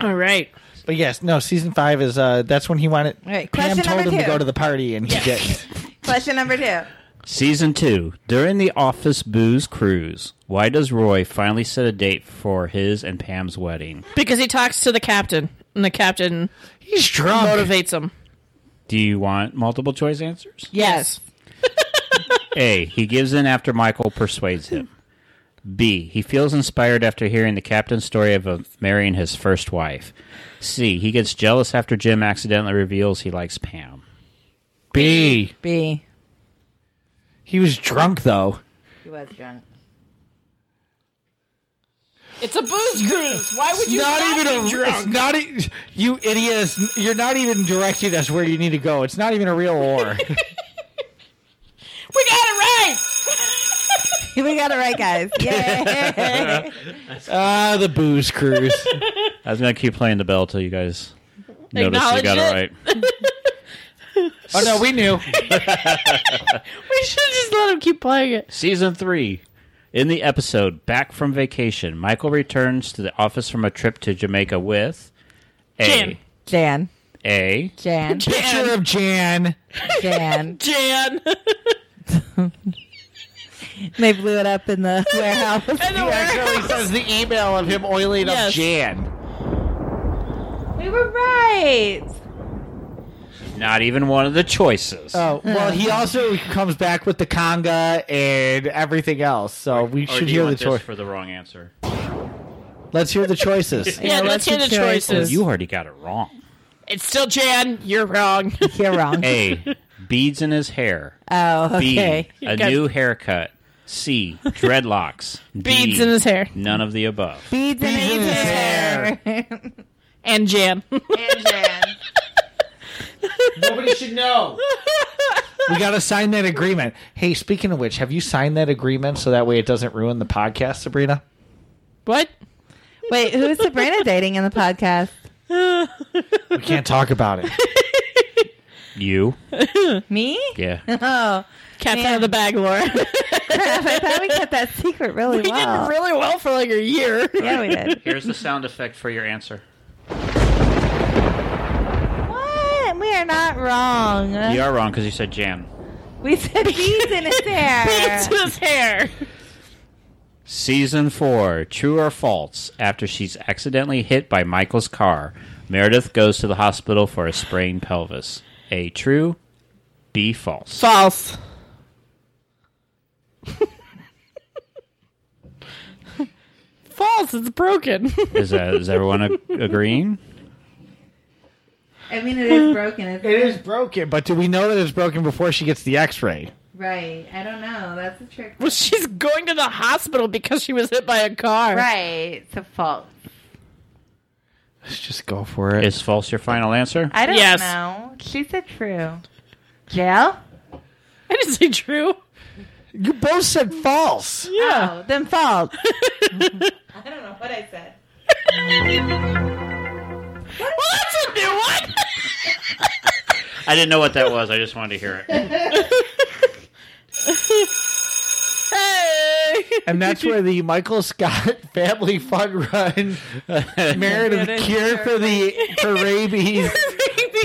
[SPEAKER 3] All right.
[SPEAKER 1] *laughs* But yes, no, season five is uh that's when he wanted
[SPEAKER 4] All right,
[SPEAKER 1] Pam
[SPEAKER 4] question
[SPEAKER 1] told
[SPEAKER 4] number
[SPEAKER 1] him to
[SPEAKER 4] two.
[SPEAKER 1] go to the party and he didn't.
[SPEAKER 4] Question number two.
[SPEAKER 2] Season two. During the office booze cruise, why does Roy finally set a date for his and Pam's wedding?
[SPEAKER 3] Because he talks to the captain, and the captain
[SPEAKER 1] *laughs* He's drunk.
[SPEAKER 3] motivates him.
[SPEAKER 2] Do you want multiple choice answers?
[SPEAKER 3] Yes.
[SPEAKER 2] A. He gives in after Michael persuades him. B. He feels inspired after hearing the captain's story of, of marrying his first wife. C. He gets jealous after Jim accidentally reveals he likes Pam.
[SPEAKER 1] B.
[SPEAKER 4] B.
[SPEAKER 1] He was drunk though.
[SPEAKER 4] He was drunk.
[SPEAKER 3] It's a booze *laughs* cruise. Why would you not, even be drunk?
[SPEAKER 1] It's not e- you idiots. You're not even directing us where you need to go. It's not even a real
[SPEAKER 3] *laughs*
[SPEAKER 1] war.
[SPEAKER 3] We got it right.
[SPEAKER 4] *laughs* We got it right, *laughs* guys. Yay.
[SPEAKER 1] ah, the booze cruise.
[SPEAKER 2] I was going to keep playing the bell till you guys notice you
[SPEAKER 3] Acknowledge
[SPEAKER 2] got it right.
[SPEAKER 3] it.
[SPEAKER 1] oh no, we
[SPEAKER 3] *laughs*
[SPEAKER 1] knew.
[SPEAKER 3] We should just let him keep playing it.
[SPEAKER 2] Season 3. In the episode Back from Vacation, Michael returns to the office from a trip to Jamaica with A.
[SPEAKER 3] Jim.
[SPEAKER 4] *laughs* Jan.
[SPEAKER 2] A.
[SPEAKER 4] Jan.
[SPEAKER 1] Picture of Jan.
[SPEAKER 4] Jan.
[SPEAKER 3] Jan.
[SPEAKER 4] They blew it up in the warehouse.
[SPEAKER 1] *laughs*
[SPEAKER 3] *laughs*
[SPEAKER 1] Actually, says the email of him oiling
[SPEAKER 3] Yes.
[SPEAKER 1] up Jan.
[SPEAKER 4] We were right.
[SPEAKER 2] Not even one of the choices.
[SPEAKER 1] Oh well, he also comes back with the conga and everything else. So we
[SPEAKER 2] Or
[SPEAKER 1] should
[SPEAKER 2] do you
[SPEAKER 1] hear the
[SPEAKER 2] want this
[SPEAKER 1] choice.
[SPEAKER 2] for the wrong answer.
[SPEAKER 1] Let's hear the choices.
[SPEAKER 3] *laughs* Yeah, let's hear the choices.
[SPEAKER 2] You already got it wrong.
[SPEAKER 3] It's still Jan.
[SPEAKER 1] *laughs*
[SPEAKER 3] You're wrong.
[SPEAKER 4] You're wrong.
[SPEAKER 2] A. Beads in his hair.
[SPEAKER 4] Oh,
[SPEAKER 2] B.
[SPEAKER 4] okay.
[SPEAKER 2] A
[SPEAKER 3] got-
[SPEAKER 2] new haircut. C. Dreadlocks. D,
[SPEAKER 3] Beads in his hair.
[SPEAKER 2] None of the above.
[SPEAKER 4] Beads in his hair.
[SPEAKER 3] And Jan. *laughs*
[SPEAKER 4] And Jan.
[SPEAKER 1] Nobody should know. We got to sign that agreement. Hey, speaking of which, have you signed that agreement so that way it doesn't ruin the podcast, Sabrina?
[SPEAKER 3] what?
[SPEAKER 4] Wait, who is Sabrina dating in the podcast?
[SPEAKER 1] We can't talk about it.
[SPEAKER 2] You?
[SPEAKER 4] Me?
[SPEAKER 2] Yeah.
[SPEAKER 4] Oh, *laughs*
[SPEAKER 3] Cat's out of the bag, Laura. *laughs*
[SPEAKER 4] crap. I thought we kept that secret really
[SPEAKER 3] we
[SPEAKER 4] well.
[SPEAKER 3] did really well for like a year. *laughs*
[SPEAKER 4] yeah, we did.
[SPEAKER 2] Here's the sound effect for your answer.
[SPEAKER 4] What? We are not wrong.
[SPEAKER 2] You are wrong because you said Jan.
[SPEAKER 4] We said
[SPEAKER 1] *laughs*
[SPEAKER 4] beads in his hair.
[SPEAKER 3] Beads in his hair.
[SPEAKER 2] Season 4 True or False? After she's accidentally hit by Michael's car, Meredith goes to the hospital for a sprained pelvis. A. True. B. False.
[SPEAKER 3] False. *laughs* False. It's broken. *laughs*
[SPEAKER 2] Is, that, is everyone ag- agreeing?
[SPEAKER 4] I mean, it
[SPEAKER 1] *laughs*
[SPEAKER 4] is broken.
[SPEAKER 1] *laughs*
[SPEAKER 4] It's
[SPEAKER 1] It is broken, but do we know that it's broken before she gets the X-ray?
[SPEAKER 4] right. I don't know. That's the trick.
[SPEAKER 3] well, she's going to the hospital because she was hit by a car. *laughs*
[SPEAKER 4] Right. It's a fault.
[SPEAKER 1] Let's just go for it.
[SPEAKER 2] Is false your final answer?
[SPEAKER 4] I don't
[SPEAKER 3] Yes.
[SPEAKER 4] know. She said true. Jail?
[SPEAKER 3] I didn't say true.
[SPEAKER 1] you both said false.
[SPEAKER 3] *laughs* Yeah.
[SPEAKER 4] Oh, then fault. I don't know what I said.
[SPEAKER 3] Well, that's a new one. *laughs*
[SPEAKER 2] I didn't know what that was. I just wanted to hear it.
[SPEAKER 3] hey. *laughs*
[SPEAKER 1] And that's where the Michael Scott *laughs* Family Fun Run
[SPEAKER 4] *laughs*
[SPEAKER 1] Meredith Cure for the for Rabies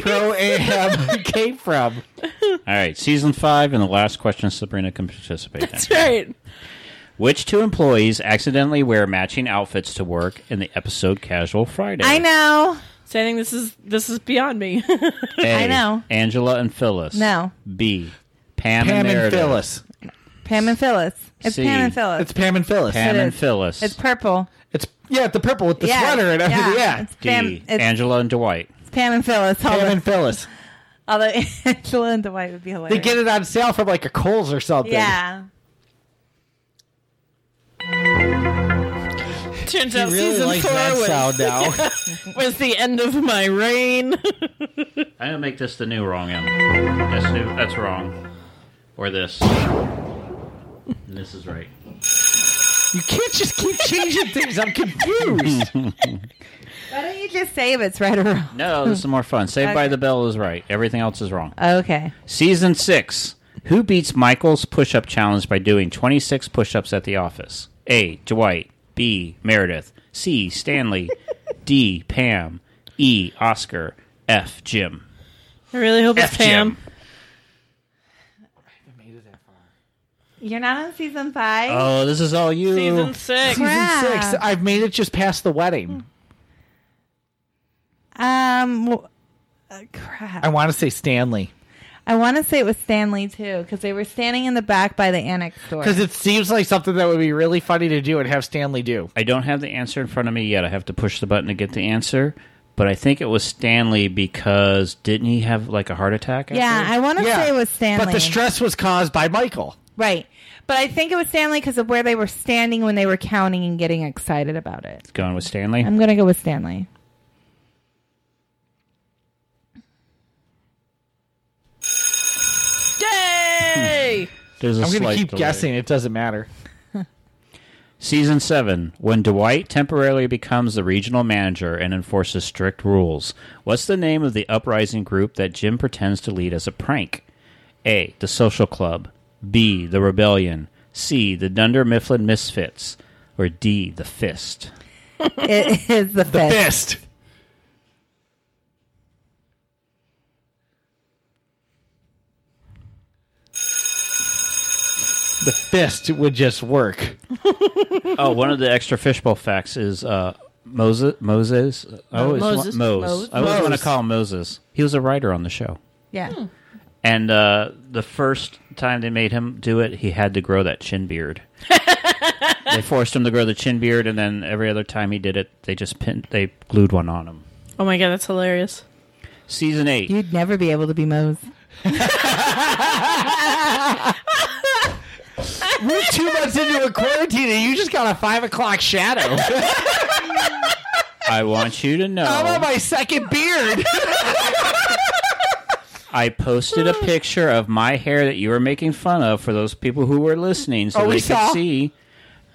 [SPEAKER 1] Pro *laughs* Am came from.
[SPEAKER 2] All right, season five and the last question Sabrina can participate in.
[SPEAKER 3] That's right.
[SPEAKER 2] Which two employees accidentally wear matching outfits to work in the episode Casual Friday?
[SPEAKER 4] I know.
[SPEAKER 3] So I think this is this is beyond me. *laughs*
[SPEAKER 2] A,
[SPEAKER 4] I know.
[SPEAKER 2] Angela and Phyllis.
[SPEAKER 4] No.
[SPEAKER 2] B. Pam,
[SPEAKER 1] Pam
[SPEAKER 2] and,
[SPEAKER 1] and
[SPEAKER 2] Meredith.
[SPEAKER 1] Phyllis.
[SPEAKER 4] Pam and Phyllis. It's
[SPEAKER 2] See.
[SPEAKER 4] Pam and Phyllis.
[SPEAKER 1] It's Pam and Phyllis.
[SPEAKER 2] Pam
[SPEAKER 4] It
[SPEAKER 2] and
[SPEAKER 4] is.
[SPEAKER 2] Phyllis.
[SPEAKER 4] It's purple.
[SPEAKER 1] It's yeah, the purple with the
[SPEAKER 4] Yeah,
[SPEAKER 1] sweater and everything. Yeah.
[SPEAKER 4] yeah.
[SPEAKER 2] D.
[SPEAKER 4] Pam- it's-
[SPEAKER 2] Angela and Dwight.
[SPEAKER 4] It's Pam and Phyllis.
[SPEAKER 1] Pam
[SPEAKER 4] although,
[SPEAKER 1] and Phyllis.
[SPEAKER 4] although *laughs* Angela and Dwight would be hilarious.
[SPEAKER 1] They get it on sale from like a Kohl's or something.
[SPEAKER 4] Yeah.
[SPEAKER 3] Turns
[SPEAKER 1] He
[SPEAKER 3] out
[SPEAKER 1] really
[SPEAKER 3] season
[SPEAKER 1] likes
[SPEAKER 3] four
[SPEAKER 1] that
[SPEAKER 3] was,
[SPEAKER 1] sound
[SPEAKER 3] *laughs*
[SPEAKER 1] now.
[SPEAKER 3] was the end of my reign.
[SPEAKER 2] I'm gonna make this the new wrong end. That's new. That's wrong. Or this. This is right.
[SPEAKER 1] you can't just keep changing things. I'm
[SPEAKER 3] *laughs*
[SPEAKER 1] confused.
[SPEAKER 4] Why don't you just say if it's right or wrong?
[SPEAKER 2] No, this is more fun. Saved by
[SPEAKER 4] Okay.
[SPEAKER 2] the Bell is right. Everything else is wrong.
[SPEAKER 4] Okay.
[SPEAKER 2] Season six. Who beats Michael's push up challenge by doing 26 push ups at the office? A. Dwight. B. Meredith. C. Stanley. *laughs* D. Pam. E. Oscar. F. Jim.
[SPEAKER 3] I really hope it's
[SPEAKER 2] F.
[SPEAKER 3] Pam.
[SPEAKER 2] Jim.
[SPEAKER 4] You're not on season five.
[SPEAKER 6] Oh, this is all you.
[SPEAKER 3] Season six.
[SPEAKER 4] Crap.
[SPEAKER 1] Season six. I've made it just past the wedding.
[SPEAKER 4] Um, w- uh, crap.
[SPEAKER 1] I want to say Stanley
[SPEAKER 4] I want to say it was Stanley too, because they were standing in the back by the annex door.
[SPEAKER 1] because it seems like something that would be really funny to do and have Stanley do.
[SPEAKER 2] I don't have the answer in front of me yet. I have to push the button to get the answer. But I think it was Stanley because didn't he have like a heart attack?
[SPEAKER 4] yeah, I want to say it was Stanley.
[SPEAKER 1] But the stress was caused by Michael.
[SPEAKER 4] right. But I think it was Stanley because of where they were standing when they were counting and getting excited about it.
[SPEAKER 2] Going with Stanley.
[SPEAKER 4] I'm gonna go with Stanley.
[SPEAKER 3] Yay!
[SPEAKER 2] There's a
[SPEAKER 1] I'm going
[SPEAKER 2] slight
[SPEAKER 1] to keep
[SPEAKER 2] delay.
[SPEAKER 1] guessing. It doesn't matter.
[SPEAKER 2] Season 7, when Dwight temporarily becomes the regional manager and enforces strict rules. What's the name of the uprising group that Jim pretends to lead as a prank? A. The Social Club. B. The Rebellion. C. The Dunder Mifflin Misfits. Or D. The Fist.
[SPEAKER 4] *laughs* It is
[SPEAKER 1] The
[SPEAKER 4] the, fifth.
[SPEAKER 1] fist. The fist would just work.
[SPEAKER 2] *laughs* oh, one of the extra fishbowl facts is uh, Moses. Moses. I always
[SPEAKER 3] Moses.
[SPEAKER 2] Want, Mose.
[SPEAKER 3] Mose.
[SPEAKER 2] I always want to
[SPEAKER 1] Mose.
[SPEAKER 2] call him Moses. He was a writer on the show.
[SPEAKER 4] Yeah.
[SPEAKER 2] And uh, the first time they made him do it, he had to grow that chin
[SPEAKER 1] *laughs*
[SPEAKER 2] beard. they forced him to grow the chin beard, and then every other time he did it, they just pinned, they glued one on him.
[SPEAKER 3] Oh my god, that's hilarious.
[SPEAKER 2] Season eight.
[SPEAKER 4] You'd never be able to be Mose.
[SPEAKER 1] We're two months into a quarantine and you just got a five o'clock *laughs* shadow.
[SPEAKER 2] I want you to
[SPEAKER 1] I'm on
[SPEAKER 2] know.
[SPEAKER 1] my second beard.
[SPEAKER 2] I posted a picture of my hair that you were making fun of for those people who were listening, so
[SPEAKER 1] Oh, we
[SPEAKER 2] they
[SPEAKER 1] saw.
[SPEAKER 2] could see.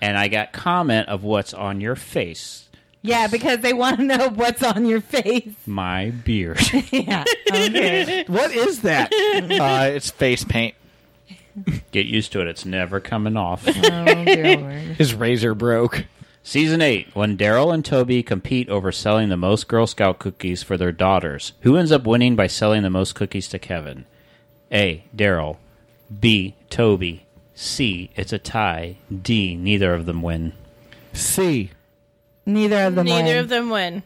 [SPEAKER 2] And I got comment of what's on your face,
[SPEAKER 4] Yeah, because they want to *laughs* know what's on your face.
[SPEAKER 2] my beard.
[SPEAKER 4] *laughs* yeah. Okay.
[SPEAKER 1] *laughs* what is that? Uh, it's face paint.
[SPEAKER 2] Get used to it; it's never coming off.
[SPEAKER 4] oh, dear Lord.
[SPEAKER 1] His razor broke.
[SPEAKER 2] Season 8, when Daryl and Toby compete over selling the most Girl Scout cookies for their daughters. Who ends up winning by selling the most cookies to Kevin? A. Daryl. B. Toby. C. It's a tie. D. Neither of them win.
[SPEAKER 1] C.
[SPEAKER 4] Neither of them.
[SPEAKER 3] Neither
[SPEAKER 4] won.
[SPEAKER 3] of them win.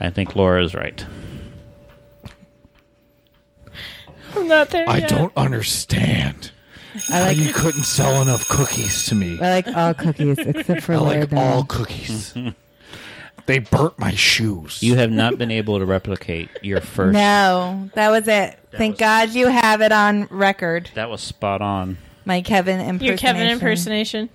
[SPEAKER 2] I think Laura is right.
[SPEAKER 3] I'm not there yet.
[SPEAKER 1] understand.
[SPEAKER 4] I like
[SPEAKER 1] you couldn't sell enough cookies to me.
[SPEAKER 4] I like all cookies except *laughs* for Laird Bell.
[SPEAKER 1] cookies. they burnt my shoes.
[SPEAKER 2] You have not been able to replicate your first.
[SPEAKER 4] No, that was it. Thank
[SPEAKER 2] was-
[SPEAKER 4] God you have it on record.
[SPEAKER 2] That was spot on.
[SPEAKER 4] My Kevin impersonation.
[SPEAKER 3] Your Kevin impersonation.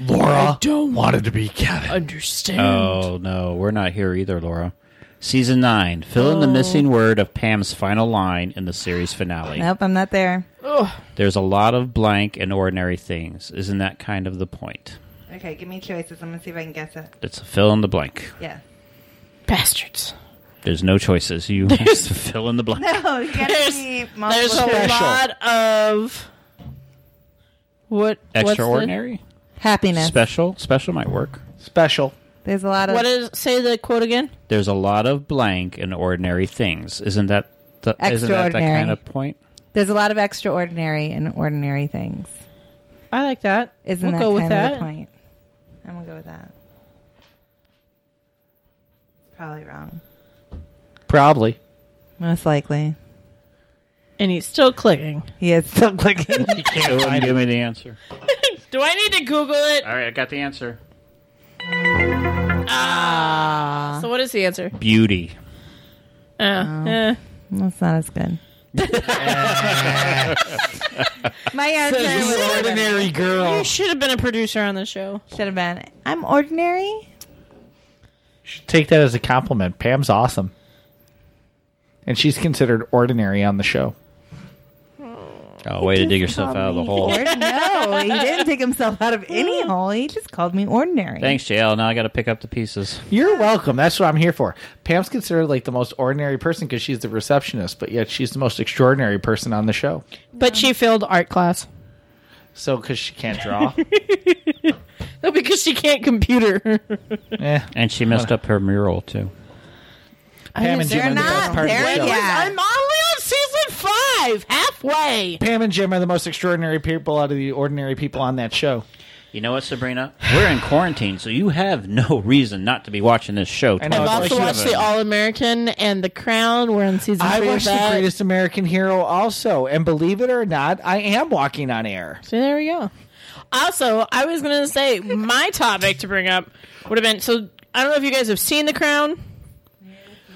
[SPEAKER 1] Laura wanted to be Kevin.
[SPEAKER 3] Understand.
[SPEAKER 2] Oh, no. We're not here either, Laura. Season 9, fill in the missing word of Pam's final line in the series finale.
[SPEAKER 4] Nope, I'm not there.
[SPEAKER 2] There's a lot of blank and ordinary things. Isn't that kind of the point?
[SPEAKER 4] Okay, give me choices. I'm gonna see if I can guess it.
[SPEAKER 2] It's a fill in the blank.
[SPEAKER 4] *laughs* Yeah.
[SPEAKER 3] Bastards.
[SPEAKER 2] There's no choices. You have to fill in the blank.
[SPEAKER 4] No, Oh, you gotta
[SPEAKER 3] There's-
[SPEAKER 4] see
[SPEAKER 3] There's
[SPEAKER 4] multiple.
[SPEAKER 3] a
[SPEAKER 1] Special.
[SPEAKER 3] lot of what what's
[SPEAKER 2] Extraordinary?
[SPEAKER 4] happiness.
[SPEAKER 2] Special? Special might work.
[SPEAKER 1] Special.
[SPEAKER 4] There's a lot
[SPEAKER 3] the-
[SPEAKER 4] of
[SPEAKER 3] what is say the quote again?
[SPEAKER 2] There's a lot of blank and ordinary things. Isn't that the, isn't that that
[SPEAKER 4] Extraordinary.
[SPEAKER 2] kind of point?
[SPEAKER 4] there's a lot of extraordinary and ordinary things.
[SPEAKER 3] I like that.
[SPEAKER 4] Isn't
[SPEAKER 3] we'll
[SPEAKER 4] that
[SPEAKER 3] go
[SPEAKER 4] kind
[SPEAKER 3] with
[SPEAKER 4] of
[SPEAKER 3] that?
[SPEAKER 4] the point? I'm gonna go with that. Probably wrong.
[SPEAKER 1] Probably.
[SPEAKER 4] Most likely.
[SPEAKER 3] And he's still clicking.
[SPEAKER 4] He is still clicking.
[SPEAKER 2] You can't give me the answer.
[SPEAKER 3] *laughs* Do I need to Google it?
[SPEAKER 2] All right, I got the answer.
[SPEAKER 4] Uh-huh.
[SPEAKER 3] So what is the answer?
[SPEAKER 2] Beauty.
[SPEAKER 3] Uh,
[SPEAKER 4] Oh.
[SPEAKER 3] eh.
[SPEAKER 4] That's not
[SPEAKER 3] *laughs*
[SPEAKER 4] as good. My answer was
[SPEAKER 1] Ordinary
[SPEAKER 3] You
[SPEAKER 1] girl.
[SPEAKER 3] should have been a producer on the show.
[SPEAKER 4] should have been. I'm ordinary.
[SPEAKER 1] Take that as a compliment. Pam's awesome. And she's considered ordinary on the show.
[SPEAKER 2] Oh, way to dig yourself
[SPEAKER 4] Called
[SPEAKER 2] out of the
[SPEAKER 4] me
[SPEAKER 2] hole.
[SPEAKER 4] ord- no,
[SPEAKER 2] *laughs*
[SPEAKER 4] he didn't dig himself out of any hole. He just called me ordinary.
[SPEAKER 2] Thanks, JL. Now I got to pick up the pieces.
[SPEAKER 1] You're welcome. That's what I'm here for. Pam's considered like the most ordinary person because she's the receptionist, but yet she's the most extraordinary person on the show.
[SPEAKER 3] But she failed art class.
[SPEAKER 1] So, because she can't draw.
[SPEAKER 3] No, *laughs* because she can't computer.
[SPEAKER 1] eh.
[SPEAKER 2] And she messed up her mural too.
[SPEAKER 1] *laughs* Pam and
[SPEAKER 3] they're
[SPEAKER 1] Jim are the best
[SPEAKER 4] not.
[SPEAKER 1] part of the
[SPEAKER 4] They're
[SPEAKER 1] show.
[SPEAKER 4] not. Yeah.
[SPEAKER 3] I'm only on season five, halfway.
[SPEAKER 1] Pam and Jim are the most extraordinary people out of the ordinary people on that show.
[SPEAKER 2] You know what, Sabrina? We're in quarantine, so you have no reason not to be watching this show.
[SPEAKER 1] I know,
[SPEAKER 3] I've
[SPEAKER 1] it's
[SPEAKER 3] also
[SPEAKER 1] like-
[SPEAKER 3] watched The All American and The Crown. We're on season
[SPEAKER 1] I
[SPEAKER 3] three.
[SPEAKER 1] watched
[SPEAKER 3] of
[SPEAKER 1] The
[SPEAKER 3] that.
[SPEAKER 1] Greatest American Hero also, and believe it or not, I am walking on air.
[SPEAKER 3] So there we go. Also, I was gonna say my topic to bring up would have been so I don't know if you guys have seen The Crown,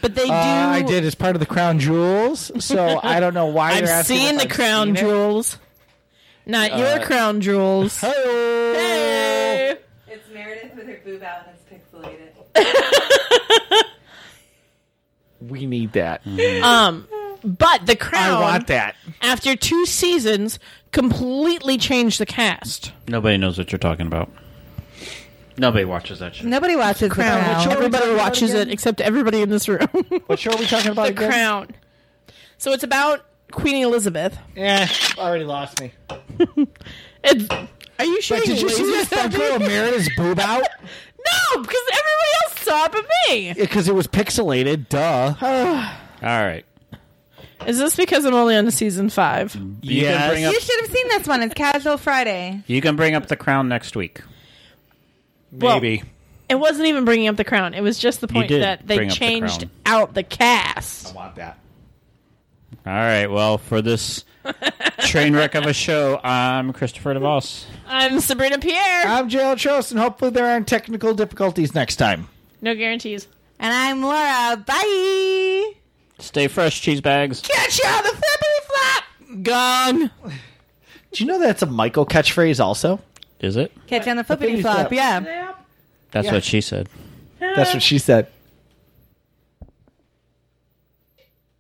[SPEAKER 3] but they do.
[SPEAKER 1] Uh, I did as part of the Crown Jewels,
[SPEAKER 3] *laughs*
[SPEAKER 1] so I don't know why you're
[SPEAKER 3] I've
[SPEAKER 1] asking.
[SPEAKER 3] seen
[SPEAKER 1] if
[SPEAKER 3] The
[SPEAKER 1] I've
[SPEAKER 3] Crown
[SPEAKER 1] seen it. Uh,
[SPEAKER 3] Jewels, not your
[SPEAKER 1] *laughs*
[SPEAKER 3] Crown Jewels.
[SPEAKER 1] Hey-oh.
[SPEAKER 3] Hey!
[SPEAKER 4] It's Meredith with her boob out and it's pixelated.
[SPEAKER 1] We need that.
[SPEAKER 3] But The Crown,
[SPEAKER 1] I want that.
[SPEAKER 3] after two seasons, completely changed the cast.
[SPEAKER 2] Nobody knows what you're talking about. Nobody watches that show.
[SPEAKER 4] Nobody watches the
[SPEAKER 3] Crown.
[SPEAKER 4] Crown.
[SPEAKER 3] Everybody watches it except everybody in this room. *laughs*
[SPEAKER 1] What show are we talking about
[SPEAKER 3] Oh, the
[SPEAKER 1] again?
[SPEAKER 3] Crown. So it's about Queen Elizabeth.
[SPEAKER 1] Eh, already lost me.
[SPEAKER 3] *laughs* It's, are you sure?
[SPEAKER 1] Wait, did you see
[SPEAKER 3] lazy
[SPEAKER 1] this
[SPEAKER 3] fuck?
[SPEAKER 1] fuck girl Meredith's boob out?
[SPEAKER 3] *laughs* No, because everybody else saw it but me.
[SPEAKER 1] Because it was pixelated, duh.
[SPEAKER 2] All right.
[SPEAKER 3] Is this because I'm only on season five?
[SPEAKER 2] You can bring up
[SPEAKER 4] You should have seen this one. It's Casual Friday.
[SPEAKER 2] you can bring up the crown next week.
[SPEAKER 3] Maybe. It wasn't even bringing up the crown. It was just the point
[SPEAKER 2] did
[SPEAKER 3] that they
[SPEAKER 2] bring up the
[SPEAKER 3] changed
[SPEAKER 2] crown.
[SPEAKER 3] out the cast.
[SPEAKER 1] want that.
[SPEAKER 2] All right. Well, for this train wreck of a show, I'm Christopher DeVos.
[SPEAKER 3] I'm Sabrina Pierre.
[SPEAKER 1] I'm JL Trost, and hopefully there aren't technical difficulties next time.
[SPEAKER 3] no guarantees.
[SPEAKER 4] And I'm Laura. Bye.
[SPEAKER 2] Stay fresh, cheese bags.
[SPEAKER 3] Catch you on the flippity flap. Gone.
[SPEAKER 1] Do you know that's a Michael catchphrase also?
[SPEAKER 2] Is it?
[SPEAKER 4] Catch you on the flippity flop.
[SPEAKER 1] flop.
[SPEAKER 4] Yeah.
[SPEAKER 2] That's what she said.
[SPEAKER 1] That's what she said.